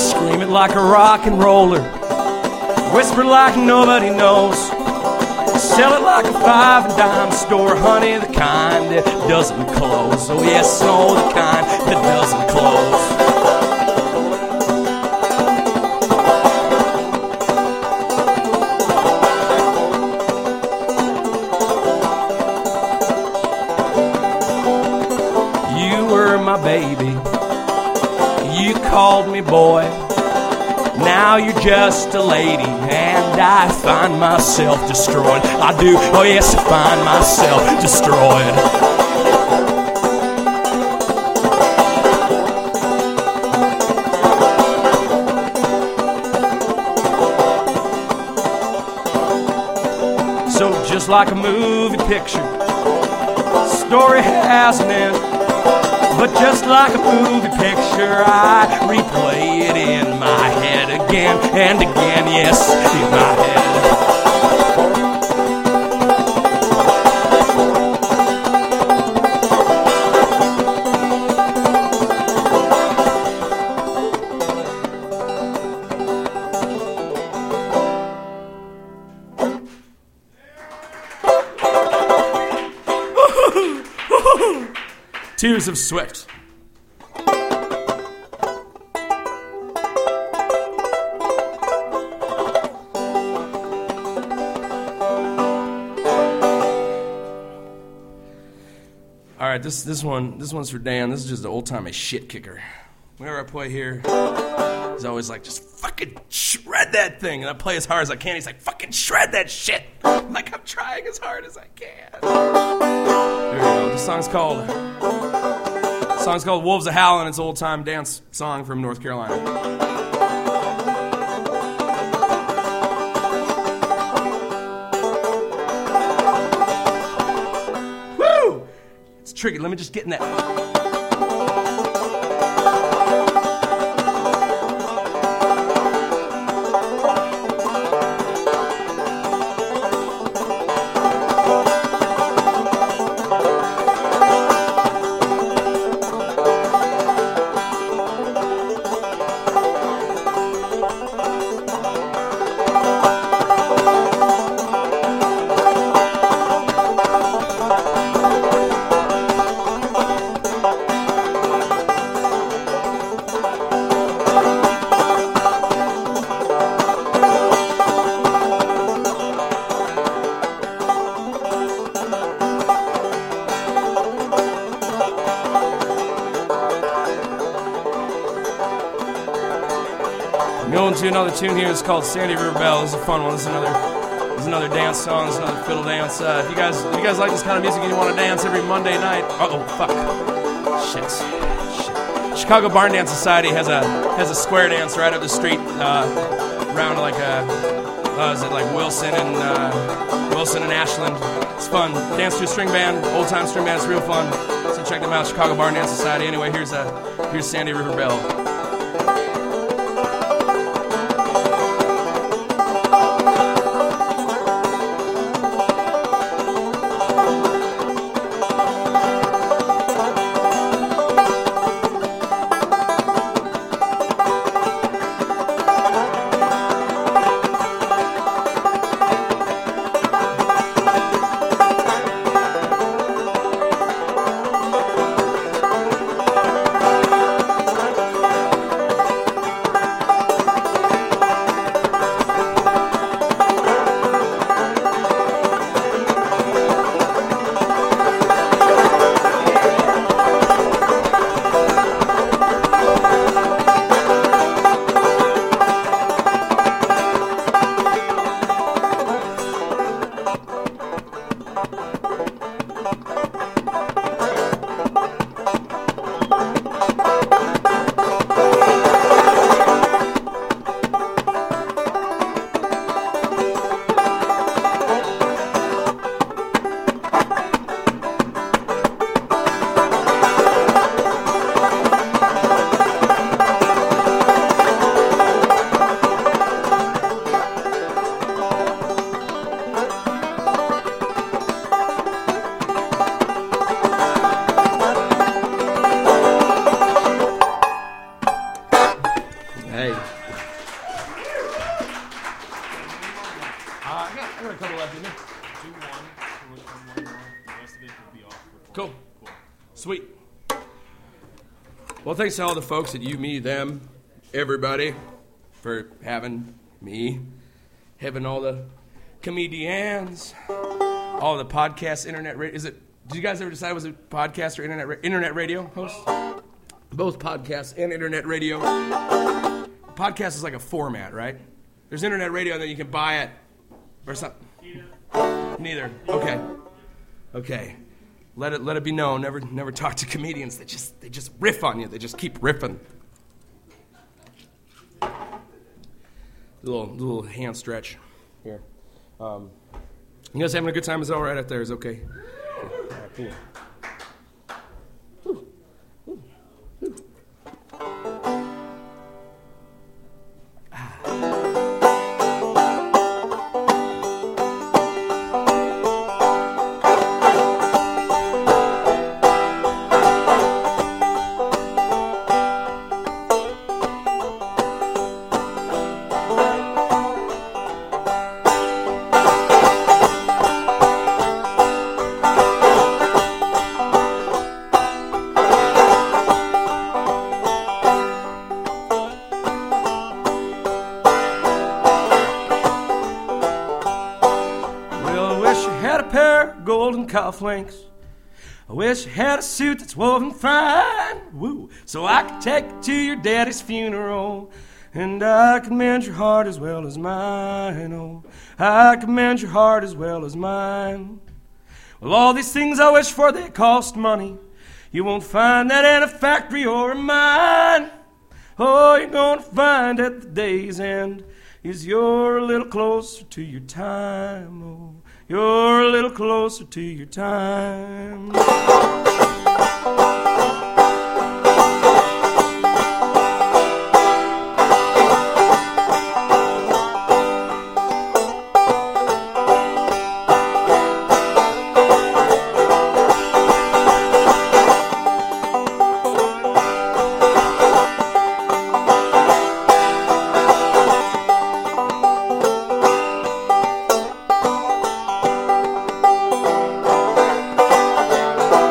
Scream it like a rock and roller. Whisper like nobody knows. Sell it like a five and dime store, honey, the kind that doesn't close. Oh, yes, oh, the kind that doesn't close. You were my baby. You called me boy. Now you're just a lady, and I find myself destroyed. I do, oh yes, I find myself destroyed.
just like a movie picture. Story has an end, but just like a movie picture, I replay it in my head again and again. Yes, in my head.
Tears of sweat.
All right, this this one this one's for Dan. This is just an old timey shit kicker. Whenever I play here, he's always like, just fucking shred that thing, and I play as hard as I can. He's like, fucking shred that shit. I'm like I'm trying as hard as I can. Here we go. This song's called. This song's called "Wolves of Howlin'." It's an old time dance song from North Carolina. Woo! It's tricky. Let me just get in that. I'm going to another tune here. It's called Sandy River Bell. This is a fun one. This is another, this is another dance song. This is another fiddle dance. Uh, if you guys, if you guys like this kind of music and you want to dance every Monday night, uh oh, fuck, shit. shit. Chicago Barn Dance Society has a has a square dance right up the street, uh, around like a, uh, is it like Wilson and uh, Wilson and Ashland. It's fun. Dance to a string band, old time string band. It's real fun. So check them out, Chicago Barn Dance Society. Anyway, here's a here's Sandy River Bell. Hey.
I got, I got a couple left in
Cool. Sweet. Well, thanks to all the folks at you, me, them, everybody for having me, having all the comedians, all the podcasts, internet radio. Is it? Did you guys ever decide was it podcast or internet ra- internet radio host? Both podcasts and internet radio. Podcast is like a format, right? There's internet radio, and then you can buy it or something. Neither. Okay. Okay. Let it let it be known. Never never talk to comedians. They just they just riff on you. They just keep riffing. Little little hand stretch here. Um,
You guys having a good time? Is it all right up there? Is it okay? All right, cool. Well, I wish I had a pair of golden cufflinks. I wish I had a suit that's woven fine, woo, so I could take you to your daddy's funeral. And I could mend your heart as well as mine, oh, I could mend your heart as well as mine. Well, all these things I wish for, they cost money. You won't find that in a factory or a mine. Oh, you're gonna find at the day's end is you're a little closer to your time, oh. You're a little closer to your time.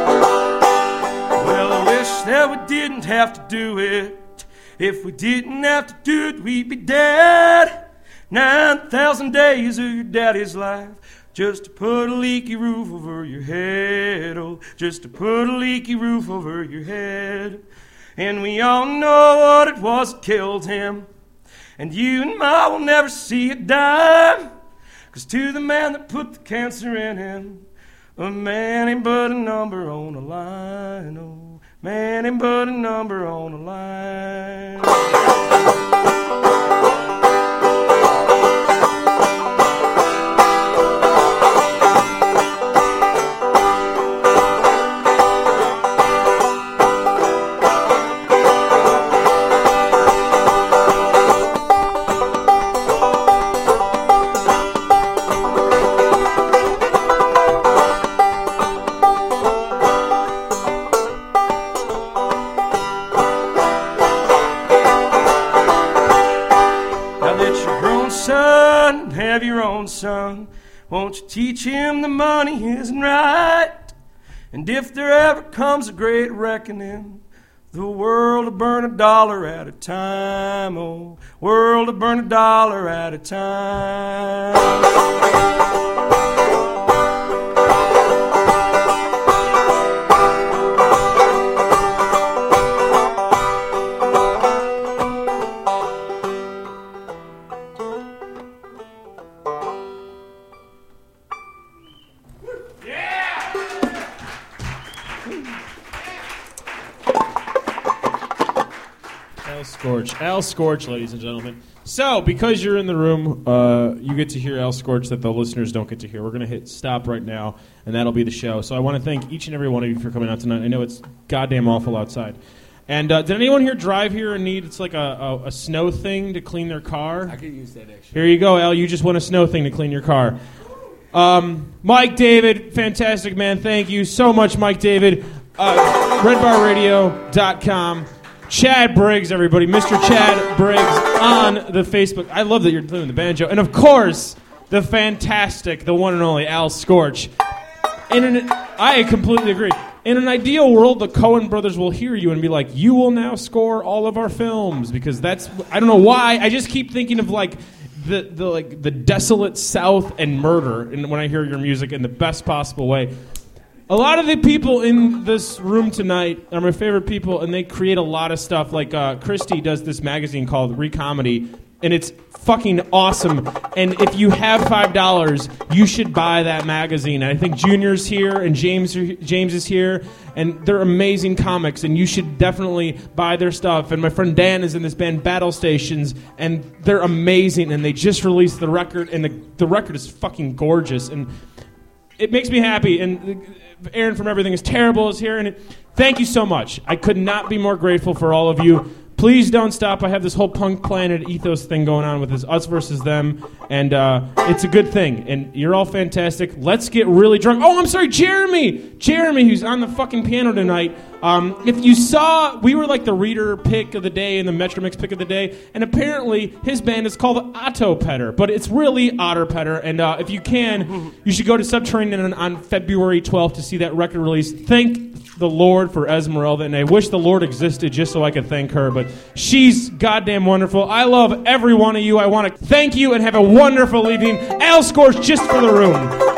Well, I wish that we didn't have to do it. If we didn't have to do it, we'd be dead. 9,000 days of your daddy's life just to put a leaky roof over your head. Oh, just to put a leaky roof over your head. And we all know what it was that killed him. And you and Ma will never see a dime. 'Cause to the man that put the cancer in him, a man ain't but a number on a line. Oh, man ain't but a number on a line. Now that you're grown, son, and have your own son, won't you teach him the money isn't right? And if there ever comes a great reckoning, the world will burn a dollar at a time. Oh, world will burn a dollar at a time.
Al Scorch. Al Scorch, ladies and gentlemen. So, because you're in the room, uh, you get to hear Al Scorch that the listeners don't get to hear. We're going to hit stop right now, and that'll be the show. So, I want to thank each and every one of you for coming out tonight. I know it's goddamn awful outside. And uh, did anyone here drive here and need it's like a, a, a snow thing to clean their car? I
could use that actually.
Here you go, Al. You just want a snow thing to clean your car. Um, Mike David, fantastic man. Thank you so much, Mike David. Uh, RedBarRadio.com. Chad Briggs, everybody. Mr. Chad Briggs on the Facebook. I love that you're doing the banjo. And of course, the fantastic, the one and only Al Scorch. In an, I completely agree. In an ideal world, the Cohen brothers will hear you and be like, "You will now score all of our films," because that's I don't know why. I just keep thinking of like the, the like the desolate South and murder, and when I hear your music in the best possible way. A lot of the people in this room tonight are my favorite people, and they create a lot of stuff. Like uh, Christy does this magazine called Recomedy, and it's fucking awesome. And if you have five dollars, you should buy that magazine. And I think Junior's here, and James James is here, and they're amazing comics, and you should definitely buy their stuff. And my friend Dan is in this band Battle Stations, and they're amazing. And they just released the record, and the the record is fucking gorgeous. And it makes me happy. And uh, Aaron from Everything is Terrible is here. And it, thank you so much. I could not be more grateful for all of you. Please don't stop. I have this whole punk planet ethos thing going on with this us versus them, and uh, it's a good thing. And you're all fantastic. Let's get really drunk. Oh, I'm sorry, Jeremy. Jeremy, who's on the fucking piano tonight. Um, if you saw, we were like the reader pick of the day and the Metro Mix pick of the day, and apparently his band is called Otto Petter, but it's really Otter Petter. And uh, if you can, you should go to Subterranean on, on February 12th to see that record release. Thank the Lord for Esmeralda, and I wish the Lord existed just so I could thank her, but she's goddamn wonderful. I love every one of you. I want to thank you and have a wonderful evening. Al scores just for the room.